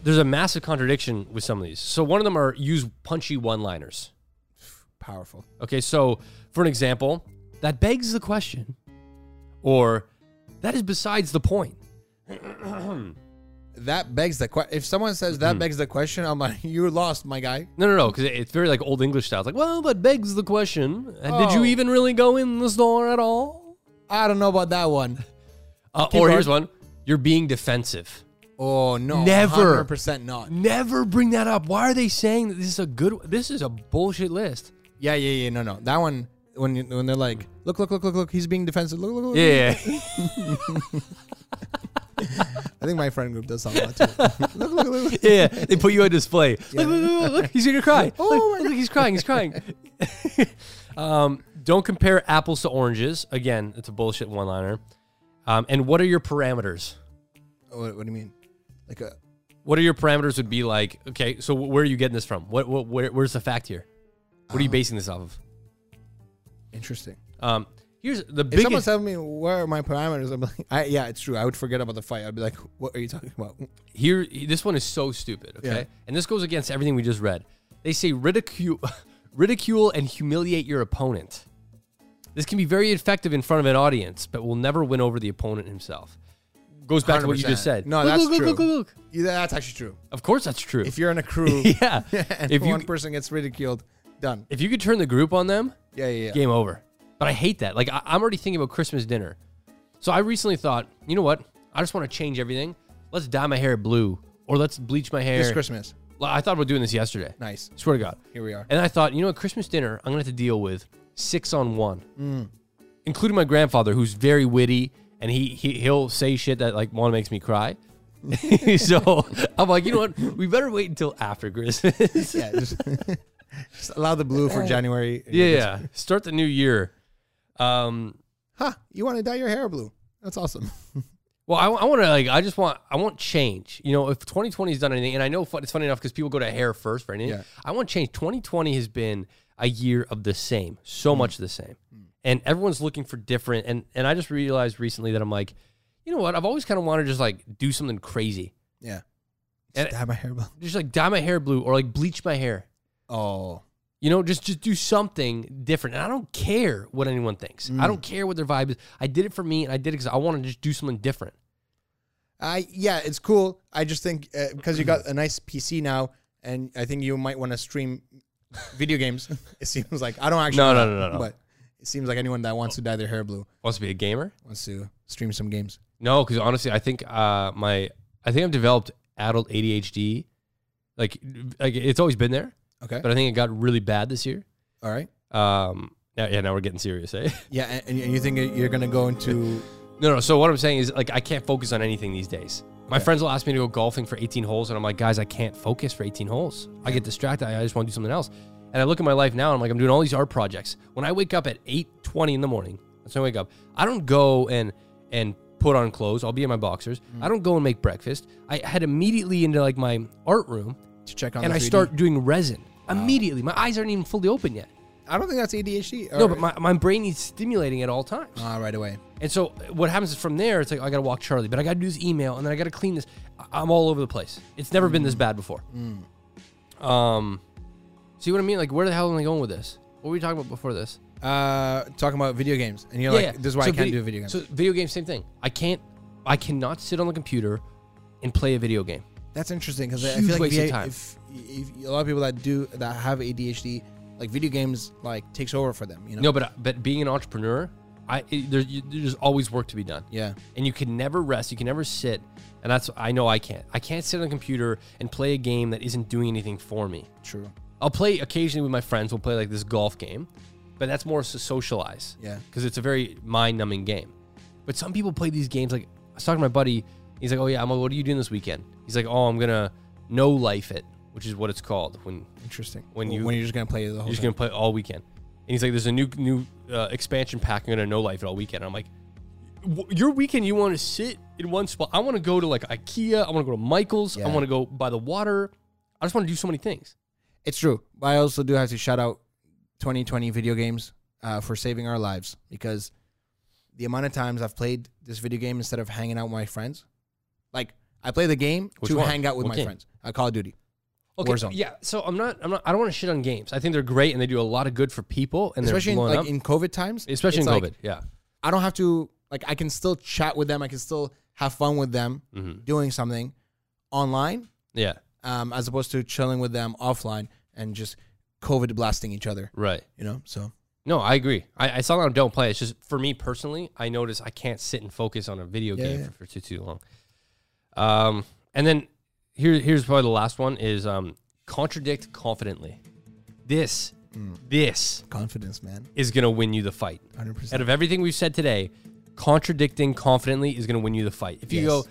Speaker 2: there's a massive contradiction with some of these. So one of them are use punchy one-liners.
Speaker 1: Powerful.
Speaker 2: Okay, so for an example, that begs the question, or that is besides the point.
Speaker 1: That begs the question. If someone says that begs the question, I'm like, you lost, my guy.
Speaker 2: No, no, no, because it's very like old English style. It's like, well, that begs the question. Uh, Did
Speaker 1: Oh.
Speaker 2: you even really go in the store at all?
Speaker 1: I don't know about that one.
Speaker 2: Uh, or
Speaker 1: Keep going.
Speaker 2: here's one: you're being defensive.
Speaker 1: Oh no,
Speaker 2: Never.
Speaker 1: percent not.
Speaker 2: Never bring that up. Why are they saying that this is a good? This is a bullshit list.
Speaker 1: Yeah, yeah, yeah. No, no. That one when you, when they're like, look, look, look, look, look. He's being defensive. Look, look, look.
Speaker 2: Yeah,
Speaker 1: I think my friend group does that a lot too. look, look, look, look.
Speaker 2: yeah. They put you on display. Look, look, look, look, he's gonna cry.
Speaker 1: Oh
Speaker 2: look,
Speaker 1: my
Speaker 2: look, he's crying. He's crying. um, don't compare apples to oranges. Again, it's a bullshit one-liner. Um, and what are your parameters?
Speaker 1: What, what do you mean? Like uh, a
Speaker 2: What are your parameters? Would be like, okay, so wh- where are you getting this from? What, what where, where's the fact here? What are you basing this off of?
Speaker 1: Interesting.
Speaker 2: Um, here's the
Speaker 1: If someone
Speaker 2: biggest.
Speaker 1: telling me where are my parameters, I'm like, I, yeah, it's true. I would forget about the fight. I'd be like, what are you talking about?
Speaker 2: here this one is so stupid okay
Speaker 1: Yeah.
Speaker 2: and this goes against everything we just read they say ridicule ridicule and humiliate your opponent this can be very effective in front of an audience but will never win over the opponent himself goes back to what you just
Speaker 1: 100%.
Speaker 2: said
Speaker 1: No,
Speaker 2: Look,
Speaker 1: that's
Speaker 2: look, look,
Speaker 1: true.
Speaker 2: look, look, look.
Speaker 1: Yeah, that's actually true.
Speaker 2: of course that's troo
Speaker 1: If you're in a crew
Speaker 2: yeah
Speaker 1: and
Speaker 2: if
Speaker 1: one
Speaker 2: you
Speaker 1: person gets ridiculed, done.
Speaker 2: if you could turn the group on them
Speaker 1: Yeah, yeah, yeah.
Speaker 2: game over but i hate that like I, i'm already thinking about christmas dinner so i recently thought you know what i just want to change everything let's dye my hair blue or let's bleach my hair
Speaker 1: It's Christmas.
Speaker 2: i thought about doing this yesterday
Speaker 1: Nice.
Speaker 2: Swear to God.
Speaker 1: Here we are.
Speaker 2: And I thought, you know, at Christmas dinner, I'm going to have to deal with six on one,
Speaker 1: Mm.
Speaker 2: including my grandfather, who's very witty and he, he, he'll say shit that like one makes me cry. so I'm like, you know what? We better wait until after Christmas.
Speaker 1: Yeah, just, just allow the blue for January.
Speaker 2: yeah, yeah. Start the new year. Um,
Speaker 1: Huh? You want to dye your hair blue? That's awesome.
Speaker 2: well, I, want to like, I just want, I want change. You know, if 2020 has done anything, and I know fu- it's funny enough because people go to hair first for anything.
Speaker 1: Yeah.
Speaker 2: I want change. 2020 has been a year of the same, so much the same. And everyone's looking for different. And and I just realized recently that I'm like, you know what? I've always kind of wanted to just like do something crazy.
Speaker 1: Yeah.
Speaker 2: And-
Speaker 1: Just dye my hair blue.
Speaker 2: Just like dye my hair blue or like bleach my hair.
Speaker 1: Oh,
Speaker 2: You know, just just do something different. And I don't care what anyone thinks. I don't care what their vibe is. I did it for me and I did it because I want to just do something different.
Speaker 1: I yeah, it's cool. I just think because you got a nice PC now, and I think you might want to stream video games. It seems like I don't actually.
Speaker 2: No,
Speaker 1: know,
Speaker 2: no, no, no, no.
Speaker 1: But it seems like anyone that wants to dye their hair blue
Speaker 2: Wants to be a gamer?
Speaker 1: wants to stream some games.
Speaker 2: No, because honestly, I think uh my I think I've developed adult ADHD. Like like it's always been there.
Speaker 1: Okay.
Speaker 2: but I think it got really bad this year.
Speaker 1: All right.
Speaker 2: Um, now, yeah, now we're getting serious, eh?
Speaker 1: Yeah, and, and you- you think you're gonna go into?
Speaker 2: no, no. So what I'm saying is, like, I can't focus on anything these days. My friends will ask me to go golfing for 18 holes, and I'm like, guys, I can't focus for 18 holes. I get distracted. I I just want to do something else. And I look at my life now, and I'm like, I'm doing all these art projects. When I wake up at 8:20 in the morning, that's when I wake up. I don't go and and put on clothes. I'll be in my boxers.
Speaker 1: Mm.
Speaker 2: I don't go and make breakfast. I head immediately into like my art room,
Speaker 1: To check on
Speaker 2: and
Speaker 1: the
Speaker 2: I
Speaker 1: 3D.
Speaker 2: start doing resin immediately. My eyes aren't even fully open yet.
Speaker 1: I don't think that's ADHD.
Speaker 2: No,
Speaker 1: or-
Speaker 2: but my, my brain needs stimulating at all times.
Speaker 1: Ah, right away.
Speaker 2: And so what happens is from there, it's like, I got to walk Charlie, but I got to do this email and then I got to clean this. I- I'm all over the place. It's never been this
Speaker 1: Mm.
Speaker 2: bad before. Um, see what I mean? Like, where the hell am I going with this? What were we talking about before this?
Speaker 1: Uh, talking about video games, and you're like, "This is why
Speaker 2: So
Speaker 1: I can't
Speaker 2: video-
Speaker 1: do video games."
Speaker 2: So video games, same thing. I can't, I cannot sit on the computer and play a video game.
Speaker 1: That's interesting because I
Speaker 2: Huge
Speaker 1: feel like
Speaker 2: waste of
Speaker 1: VA
Speaker 2: time.
Speaker 1: If, if a lot of people that do that have ADHD, like video games, like takes over for them. You know?
Speaker 2: No, but but being an entrepreneur, I it, there, you, there's always work to be done.
Speaker 1: Yeah.
Speaker 2: and you can never rest. You can never sit. And that's I know I can't. I can't sit on a computer and play a game that isn't doing anything for me.
Speaker 1: True.
Speaker 2: I'll play occasionally with my friends. We'll play like this golf game, but that's more to socialize.
Speaker 1: Yeah.
Speaker 2: because it's a very mind-numbing game. But some people play these games. Like I was talking to my buddy. He's like, "Oh yeah, I'm like, what are you doing this weekend?" He's like, "Oh, I'm gonna no life it," which is what it's called when
Speaker 1: Interesting.
Speaker 2: When
Speaker 1: When
Speaker 2: you-
Speaker 1: you when you're just gonna play the whole.
Speaker 2: you're just
Speaker 1: time.
Speaker 2: gonna play all weekend. And he's like, "There's a new new uh, expansion pack. I'm gonna no life it all weekend." I'm like, "W- "Your weekend, you want to sit in one spot? I want to go to like IKEA. I want to go to Michael's. I
Speaker 1: Yeah.
Speaker 2: want to go by the water. I just want to do so many things."
Speaker 1: It's true. But I also do have to shout out 2020 video games uh, for saving our lives because the amount of times I've played this video game instead of hanging out with my friends, like I play the game
Speaker 2: Which
Speaker 1: to
Speaker 2: one?
Speaker 1: hang out with
Speaker 2: What
Speaker 1: my
Speaker 2: game?
Speaker 1: friends. Uh, Call of Duty.
Speaker 2: Okay,
Speaker 1: Warzone.
Speaker 2: yeah. So I'm not, I'm not, I don't want to shit on games. I think they're great and they do a lot of good for people and they're
Speaker 1: Especially in,
Speaker 2: blowing
Speaker 1: like
Speaker 2: up,
Speaker 1: in COVID times.
Speaker 2: especially in
Speaker 1: it's
Speaker 2: COVID.
Speaker 1: like,
Speaker 2: yeah,
Speaker 1: I don't have to like I can still chat with them. I can still have fun with them
Speaker 2: Mm-hmm.
Speaker 1: doing something online,
Speaker 2: yeah,
Speaker 1: um, as opposed to chilling with them offline and just COVID blasting each other.
Speaker 2: right.
Speaker 1: You know, so
Speaker 2: No, I agree. I, I saw them don't play. It's just for me personally, I notice I can't sit and focus on a video
Speaker 1: Yeah,
Speaker 2: game
Speaker 1: yeah.
Speaker 2: For, for too too long. Um, and then here here's probably the last one is um contradict confidently. This
Speaker 1: Mm.
Speaker 2: this
Speaker 1: confidence, man,
Speaker 2: is gonna win you the fight.
Speaker 1: hundred percent.
Speaker 2: Out of everything we've said today, contradicting confidently is gonna win you the fight. If you
Speaker 1: Yes.
Speaker 2: go,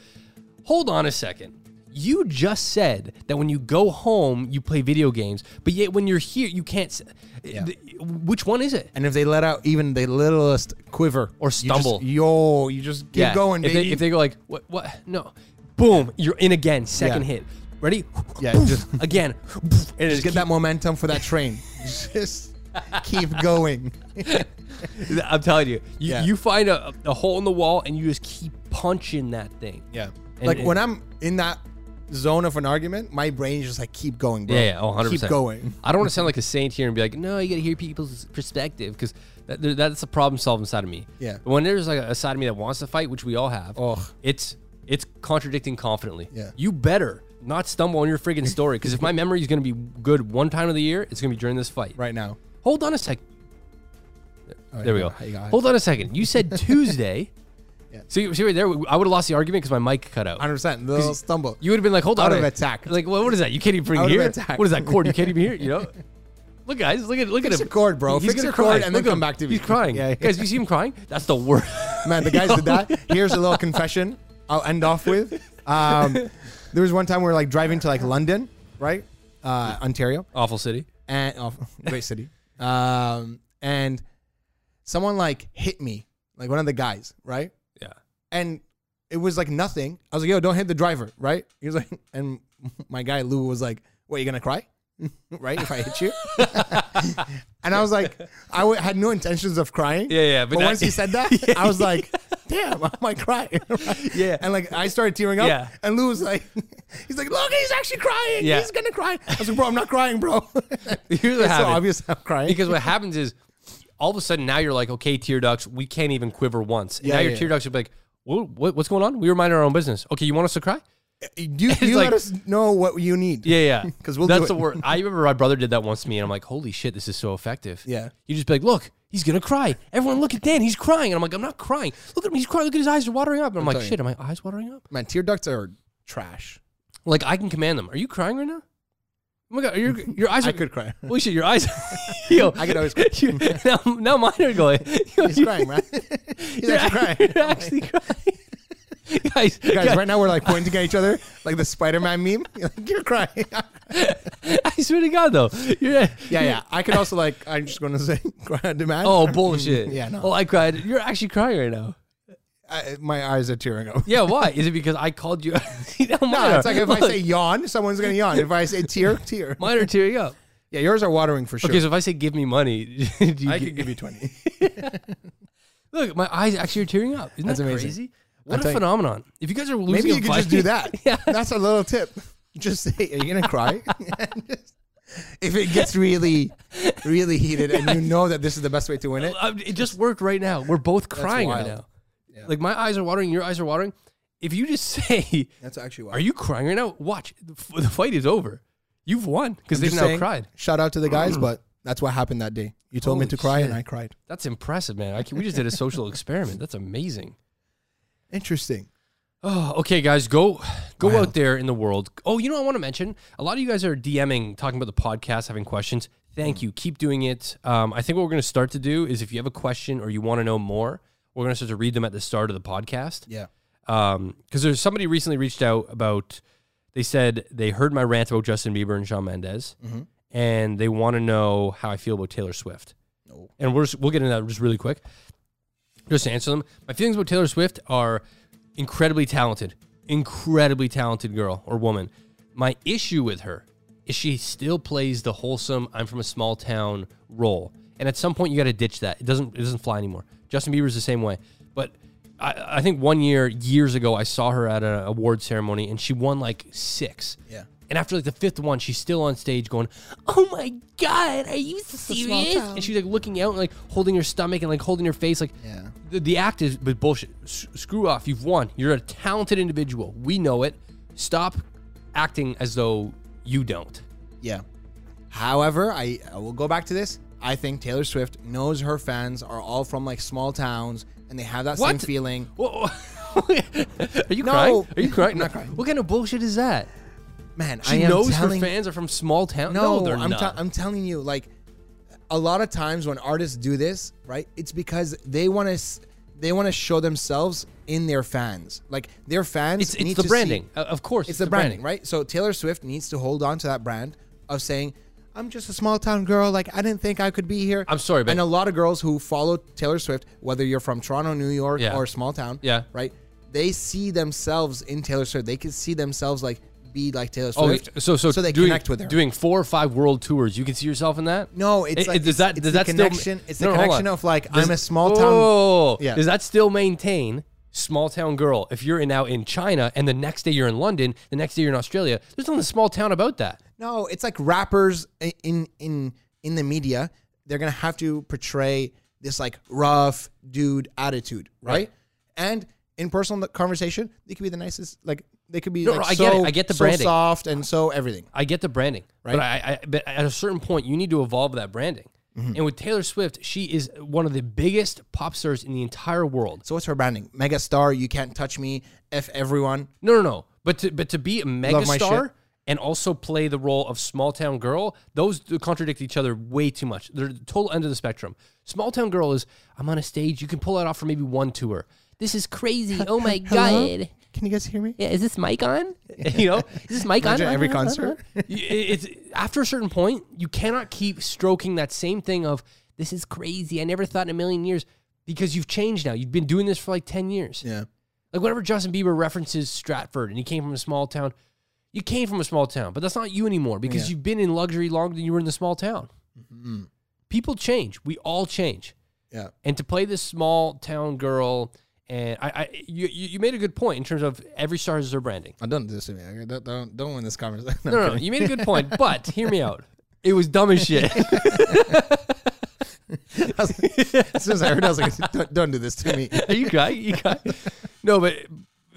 Speaker 2: hold on a second. You just said that when you go home, you play video games, but yet when you're here, you can't. s- th- Which one is it?
Speaker 1: And if they let out even the littlest quiver
Speaker 2: Or stumble.
Speaker 1: you just, yo, you just keep going,
Speaker 2: If
Speaker 1: baby.
Speaker 2: they, if they go like, what, what, no, boom, you're in again, second
Speaker 1: Yeah.
Speaker 2: hit. Ready?
Speaker 1: Yeah, just
Speaker 2: Again. And
Speaker 1: just get that momentum for that train. just keep going.
Speaker 2: I'm telling you, you,
Speaker 1: Yeah.
Speaker 2: you find a, a hole in the wall and you just keep punching that thing.
Speaker 1: Yeah.
Speaker 2: And
Speaker 1: like
Speaker 2: it-
Speaker 1: when I'm in that zone of an argument, my brain is just like keep going, bro.
Speaker 2: Yeah, yeah, oh, 100%.
Speaker 1: Keep going.
Speaker 2: I don't want to sound like a saint here and be like, no, you got to hear people's perspective because that, there- that's the problem solving side of me.
Speaker 1: Yeah.
Speaker 2: But when there's like a side of me that wants to fight, which we all have,
Speaker 1: Ugh.
Speaker 2: it's it's contradicting confidently.
Speaker 1: Yeah.
Speaker 2: You better not stumble on your friggin' story because if my memory is going to be good one time of the year, it's going to be during this fight.
Speaker 1: Right now.
Speaker 2: Hold on a sec.
Speaker 1: All right,
Speaker 2: There we go.
Speaker 1: you got it.
Speaker 2: Hold on a second. You said Tuesday.
Speaker 1: Yeah.
Speaker 2: So you see right there, I would have lost the argument because my mic cut out.
Speaker 1: 100%. Little stumble.
Speaker 2: You would have been like, hold
Speaker 1: Out
Speaker 2: on.
Speaker 1: of
Speaker 2: a-
Speaker 1: attack.
Speaker 2: Like, what, what is that? You can't even bring
Speaker 1: Out
Speaker 2: it
Speaker 1: of
Speaker 2: here.
Speaker 1: attack.
Speaker 2: What is that cord? You can't even hear it. You know. Look, guys, look at look
Speaker 1: Fix
Speaker 2: at him.
Speaker 1: your cord, bro.
Speaker 2: He's
Speaker 1: Fix
Speaker 2: gonna
Speaker 1: your
Speaker 2: cry.
Speaker 1: cord and then
Speaker 2: Look at
Speaker 1: come
Speaker 2: him.
Speaker 1: back to me.
Speaker 2: He's crying.
Speaker 1: Yeah, yeah.
Speaker 2: Guys, you see him crying? That's the worst.
Speaker 1: Man, the guys did that. Here's a little confession I'll end off with. Um, there was one time we were like driving to like London, right? Uh, Ontario.
Speaker 2: Awful city.
Speaker 1: and oh, great city. Um, and someone like hit me, like one of the guys, right?
Speaker 2: Yeah.
Speaker 1: And it was like nothing. I was like, "Yo, don't hit the driver," right? He was like, and my guy Lou was like, "What, you gonna cry?" right? If I hit you, and I was like, I w- had no intentions of crying.
Speaker 2: Yeah, yeah, but
Speaker 1: But,
Speaker 2: that-
Speaker 1: once he said that, I was like, "Damn, I might cry." Right?
Speaker 2: Yeah.
Speaker 1: And like, I started tearing up.
Speaker 2: Yeah.
Speaker 1: And Lou was like, "He's like, look, he's actually crying.
Speaker 2: Yeah.
Speaker 1: He's gonna cry." I was like, "Bro, I'm not crying, bro."
Speaker 2: Here's what
Speaker 1: it's so
Speaker 2: happened.
Speaker 1: obvious I'm crying.
Speaker 2: Because what happens is, all of a sudden now you're like, okay, tear ducts, we can't even quiver once. And
Speaker 1: Yeah,
Speaker 2: now your
Speaker 1: yeah,
Speaker 2: tear ducts are like, well, what, what's going on? We were minding our own business. Okay, you want us to cry?
Speaker 1: you
Speaker 2: you
Speaker 1: you
Speaker 2: let
Speaker 1: let us know what you need.
Speaker 2: Yeah, yeah.
Speaker 1: 'Cause we'll do
Speaker 2: That's
Speaker 1: it.
Speaker 2: the word. I remember my brother did that once to me, and I'm like, holy shit, this is so effective.
Speaker 1: Yeah.
Speaker 2: You just be like, look, he's gonna cry. Everyone, look at Dan. He's crying, and I'm like, I'm not crying. Look at him. He's crying. Look at his eyes are watering up. And I'm, like,
Speaker 1: telling
Speaker 2: shit, are my eyes watering up?
Speaker 1: Man, tear ducts are trash.
Speaker 2: Like I can command them. Are you crying right now? Oh my god, are your your eyes. Are,
Speaker 1: I could cry.
Speaker 2: Holy shit, your eyes. yo,
Speaker 1: I could always cry.
Speaker 2: you- now, now mine are going. Yo,
Speaker 1: He's
Speaker 2: you-
Speaker 1: crying, man. He's
Speaker 2: you're
Speaker 1: actually
Speaker 2: act-
Speaker 1: crying.
Speaker 2: You're actually crying. guys,
Speaker 1: Guys,
Speaker 2: guys,
Speaker 1: right now we're like pointing at each other like the Spider-Man meme. You're, like, "You're crying. yeah,
Speaker 2: I swear to God, though, you're,
Speaker 1: yeah. I could also like. I'm just gonna say cry on demand.
Speaker 2: Oh bullshit!
Speaker 1: Yeah, no.
Speaker 2: Oh, I cried. You're actually crying right now.
Speaker 1: I, my eyes are tearing up.
Speaker 2: Yeah, why? Is it because I called you? no,
Speaker 1: No,
Speaker 2: mine
Speaker 1: it's
Speaker 2: are-
Speaker 1: like if I
Speaker 2: look,
Speaker 1: say yawn, someone's gonna yawn. If I say tear, tear.
Speaker 2: mine are tearing up.
Speaker 1: Yeah, yours are watering for sure.
Speaker 2: Okay, so if I say give me money, do you
Speaker 1: I
Speaker 2: get-
Speaker 1: could give you twenty.
Speaker 2: look, my eyes actually are tearing up. Isn't
Speaker 1: That's
Speaker 2: that
Speaker 1: amazing.
Speaker 2: crazy? What a
Speaker 1: telling you.
Speaker 2: phenomenon! If you guys are losing,
Speaker 1: Maybe
Speaker 2: a
Speaker 1: you could
Speaker 2: fight-
Speaker 1: just do that.
Speaker 2: yeah,
Speaker 1: That's a little tip. Just say, are you going to cry? if it gets really, really heated and you know that this is the best way to win it,
Speaker 2: I- it just worked right now. We're both crying right
Speaker 1: wild.
Speaker 2: now. Like my eyes are watering, your eyes are watering. If you just say,
Speaker 1: that's actually why.
Speaker 2: "Are you crying right now?" Watch, the f- the fight is over. You've won because they've now cried.
Speaker 1: Shout out to the guys, but that's what happened that day. You told me
Speaker 2: Holy
Speaker 1: to cry and
Speaker 2: shit.
Speaker 1: I cried.
Speaker 2: That's impressive, man. I can, we just did a social experiment. That's amazing.
Speaker 1: Interesting.
Speaker 2: Oh, okay, guys, go go
Speaker 1: Wow.
Speaker 2: out there in the world. Oh, you know, I want to mention a lot of you guys are DMing, talking about the podcast, having questions.
Speaker 1: Mm.
Speaker 2: Thank you. Keep doing it. Um, I think what we're going to start to do is if you have a question or you want to know more, we're going to start to read them at the start of the podcast.
Speaker 1: Yeah.
Speaker 2: Because there's somebody recently reached out about, they said they heard my rant about Justin Bieber and Shawn Mendes,
Speaker 1: Mm-hmm.
Speaker 2: and they want to know how I feel about Taylor Swift.
Speaker 1: No.
Speaker 2: And we're just, we'll get into that just really quick. Just to answer them, my feelings about Taylor Swift are incredibly talented, incredibly talented girl or woman. My issue with her is she still plays the wholesome "I'm from a small town" role, and at some point you got to ditch that. It doesn't it doesn't fly anymore. Justin Bieber's the same way, but I, I think one year years ago I saw her at an award ceremony and she won like six.
Speaker 1: Yeah.
Speaker 2: And after like the fifth one, she's still on stage going, "Oh my god, are you
Speaker 1: small
Speaker 2: serious?"
Speaker 1: town.
Speaker 2: And she's like looking out and like holding her stomach and like holding her face, like
Speaker 1: Yeah.
Speaker 2: the, the act is but bullshit. S- screw off. You've won. You're a talented individual. We know it. Stop acting as though you don't.
Speaker 1: Yeah. However, I, I will go back to this. I think Taylor Swift knows her fans are all from like small towns and they have that same
Speaker 2: What?
Speaker 1: feeling.
Speaker 2: Whoa. Are you
Speaker 1: No.
Speaker 2: crying? Are you crying?
Speaker 1: I'm not crying.
Speaker 2: What kind of bullshit is that?
Speaker 1: Man, I
Speaker 2: She
Speaker 1: am
Speaker 2: knows her
Speaker 1: telling
Speaker 2: fans are from small town. No,
Speaker 1: No,
Speaker 2: they're
Speaker 1: I'm,
Speaker 2: not.
Speaker 1: tell- I'm telling you, like, a lot of times when artists do this, right, it's because they want to, s- they want to show themselves in their fans. Like their fans
Speaker 2: it's
Speaker 1: need
Speaker 2: it's the
Speaker 1: to
Speaker 2: branding.
Speaker 1: See,
Speaker 2: Uh, of course,
Speaker 1: it's the, branding, right? So Taylor Swift needs to hold on to that brand of saying, "I'm just a small town girl. Like I didn't think I could be here."
Speaker 2: I'm sorry, but-
Speaker 1: and a lot of girls who follow Taylor Swift, whether you're from Toronto, New York,
Speaker 2: Yeah.
Speaker 1: or small town,
Speaker 2: Yeah.
Speaker 1: right, they see themselves in Taylor Swift. They can see themselves like be like Taylor
Speaker 2: Oh,
Speaker 1: Swift.
Speaker 2: so so,
Speaker 1: so they
Speaker 2: doing,
Speaker 1: connect with her.
Speaker 2: Doing four or five world tours, you can see yourself in that.
Speaker 1: no, it's
Speaker 2: It-
Speaker 1: like
Speaker 2: it- does that-
Speaker 1: it's
Speaker 2: does
Speaker 1: the
Speaker 2: that still-
Speaker 1: connection. it's the
Speaker 2: No, hold on.
Speaker 1: connection of like
Speaker 2: Does-
Speaker 1: I'm a small town.
Speaker 2: Whoa.
Speaker 1: Yeah.
Speaker 2: Does that still maintain small town girl? If you're in, out in China and the next day you're in London, the next day you're in Australia, there's nothing small town about that.
Speaker 1: No, it's like rappers i- in in in the media. They're gonna have to portray this like rough dude attitude, right?
Speaker 2: Right.
Speaker 1: And in personal conversation, they could be the nicest. Like they could be
Speaker 2: No,
Speaker 1: like,
Speaker 2: no, I
Speaker 1: so,
Speaker 2: get it. I get the
Speaker 1: so
Speaker 2: branding.
Speaker 1: soft and so everything.
Speaker 2: I get the branding, right? But, I, I, but at a certain point, you need to evolve that branding.
Speaker 1: Mm-hmm.
Speaker 2: And with Taylor Swift, she is one of the biggest pop stars in the entire world.
Speaker 1: So what's her branding? Mega star, you can't touch me. F everyone.
Speaker 2: No, no, no. But to, but to be a
Speaker 1: my shit.
Speaker 2: megastar and also play the role of small town girl, those do contradict each other way too much. They're the total end of the spectrum. Small town girl is I'm on a stage. You can pull that off for maybe one tour. This is crazy. Oh my god.
Speaker 1: Can you guys hear me?
Speaker 2: Yeah, is this mic on? you know, is this mic
Speaker 1: Imagine
Speaker 2: on Uh-huh.
Speaker 1: every concert.
Speaker 2: You- it- it's after a certain point, you cannot keep stroking that same thing of this is crazy. I never thought in a million years because you've changed now. You've been doing this for like ten years.
Speaker 1: Yeah.
Speaker 2: Like whenever Justin Bieber references Stratford and he came from a small town, you came from a small town, but that's not you anymore because
Speaker 1: Yeah.
Speaker 2: you've been in luxury longer than you were in the small town. People change. We all change.
Speaker 1: Yeah.
Speaker 2: And to play this small town girl, and I, I you, you you made a good point in terms of every star has their branding.
Speaker 1: I don't do this to me. I don't, don't don't win this conversation.
Speaker 2: No, no, no, you made a good point, but hear me out. It was dumb as shit.
Speaker 1: I was like- as soon as I heard, it, I was like, don't, don't do this to me.
Speaker 2: Are you guy? You guy? No, but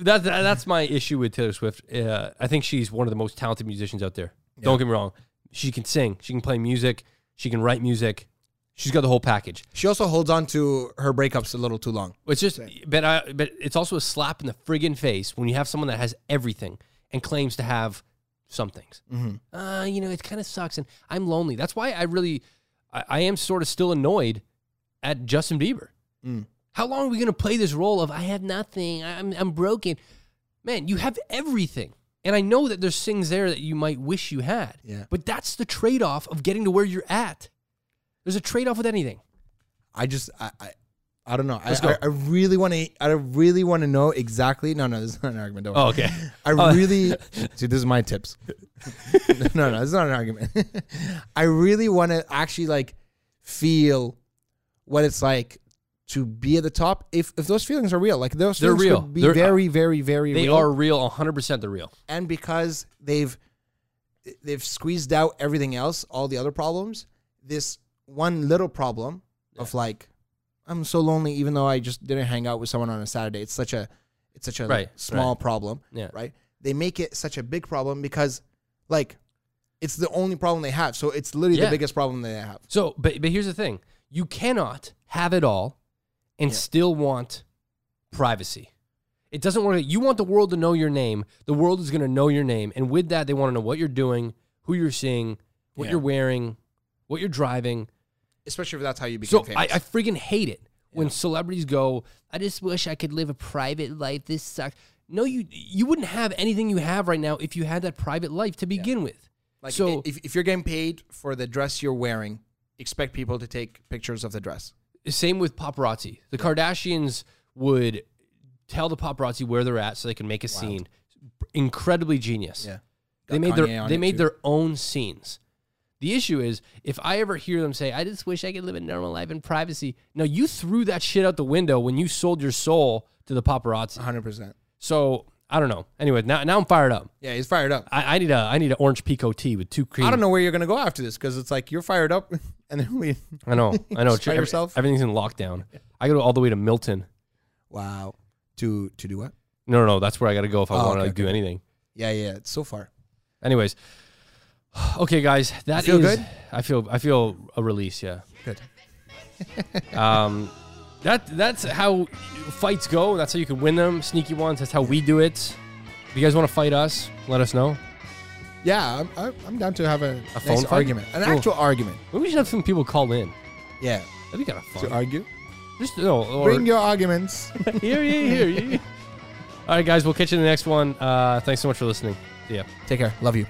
Speaker 2: that, that that's my issue with Taylor Swift. Uh, I think she's one of the most talented musicians out there. Don't get me wrong. She can sing. She can play music. She can write music. She's got the whole package.
Speaker 1: She also holds on to her breakups a little too long.
Speaker 2: It's just, but I, but it's also a slap in the friggin' face when you have someone that has everything and claims to have some things. Uh, you know, it kind of sucks, and I'm lonely. That's why I really, I, I am sort of still annoyed at Justin Bieber. How long are we gonna play this role of I have nothing, I'm I'm broken? Man, you have everything. And I know that there's things there that you might wish you had.
Speaker 1: Yeah.
Speaker 2: But that's the trade-off of getting to where you're at. There's a trade-off with anything.
Speaker 1: I just I I, I don't know. I,
Speaker 2: Let's go.
Speaker 1: I, I really want to I really want to know exactly. No, no, this is not an argument. Don't worry.
Speaker 2: Oh, okay.
Speaker 1: I really see. This is my tips. no, no, it's not an argument. I really want to actually like feel what it's like to be at the top. If if those feelings are real, like those
Speaker 2: They're
Speaker 1: feelings
Speaker 2: real.
Speaker 1: could be
Speaker 2: They're- uh,
Speaker 1: very, very, very.
Speaker 2: They
Speaker 1: real.
Speaker 2: are real, 100% they're real.
Speaker 1: and because they've they've squeezed out everything else, all the other problems, this one little problem of like I'm so lonely even though I just didn't hang out with someone on a Saturday. It's such a it's such a like,
Speaker 2: Right,
Speaker 1: small problem,
Speaker 2: Yeah.
Speaker 1: right? They make it such a big problem because like it's the only problem they have. So it's literally
Speaker 2: Yeah.
Speaker 1: the biggest problem they have.
Speaker 2: So, but but here's the thing: you cannot have it all and still want privacy. It doesn't work. You want the world to know your name. The world is going to know your name, and with that, they want to know what you're doing, who you're seeing, what
Speaker 1: Yeah.
Speaker 2: you're wearing, what you're driving.
Speaker 1: Especially if that's how you become
Speaker 2: So I,
Speaker 1: famous.
Speaker 2: I freaking hate it when celebrities go, "I just wish I could live a private life. This sucks." No, you you wouldn't have anything you have right now if you had that private life to begin with.
Speaker 1: like
Speaker 2: so
Speaker 1: if, if you're getting paid for the dress you're wearing, expect people to take pictures of the dress.
Speaker 2: same with paparazzi. The Kardashians would tell the paparazzi where they're at so they can make a scene. Incredibly genius.
Speaker 1: Got
Speaker 2: they made
Speaker 1: Kanye
Speaker 2: their
Speaker 1: on
Speaker 2: they
Speaker 1: it
Speaker 2: made
Speaker 1: too.
Speaker 2: their own scenes. The issue is if I ever hear them say, "I just wish I could live a normal life in privacy." No, you threw that shit out the window when you sold your soul to the
Speaker 1: Uh.
Speaker 2: paparazzi.
Speaker 1: 100%.
Speaker 2: So I don't know. Anyway, now now I'm fired up.
Speaker 1: Yeah, he's fired up.
Speaker 2: I, I need a I need an orange pico tea with two cream.
Speaker 1: I don't know where you're gonna go after this because it's like you're fired up, and then we.
Speaker 2: I know. I know.
Speaker 1: Just try
Speaker 2: Every-
Speaker 1: yourself.
Speaker 2: Everything's in lockdown. I go all the way to Milton.
Speaker 1: Wow. To to do what?
Speaker 2: No, no, no. That's where I got to go if I
Speaker 1: Oh,
Speaker 2: want to
Speaker 1: okay,
Speaker 2: like, do
Speaker 1: okay.
Speaker 2: anything.
Speaker 1: Yeah, yeah. It's so far.
Speaker 2: Anyways, okay, guys, that is.
Speaker 1: feel good?
Speaker 2: I feel I feel a release. Yeah,
Speaker 1: Good.
Speaker 2: um, that that's how fights go. That's how you can win them, sneaky ones. That's how we do it. If you guys want to fight us, let us know.
Speaker 1: Yeah, I'm, I'm- I'm down to have a, nice
Speaker 2: phone fight?
Speaker 1: argument, an
Speaker 2: Cool.
Speaker 1: actual argument.
Speaker 2: Maybe we should have some people call in.
Speaker 1: Yeah,
Speaker 2: That'd be kind of fun.
Speaker 1: to argue.
Speaker 2: Just no. Or,
Speaker 1: Bring your arguments.
Speaker 2: here, here, here. All right, guys, we'll catch you in the next one. Uh, thanks so much for listening. See ya.
Speaker 1: Take care. Love you.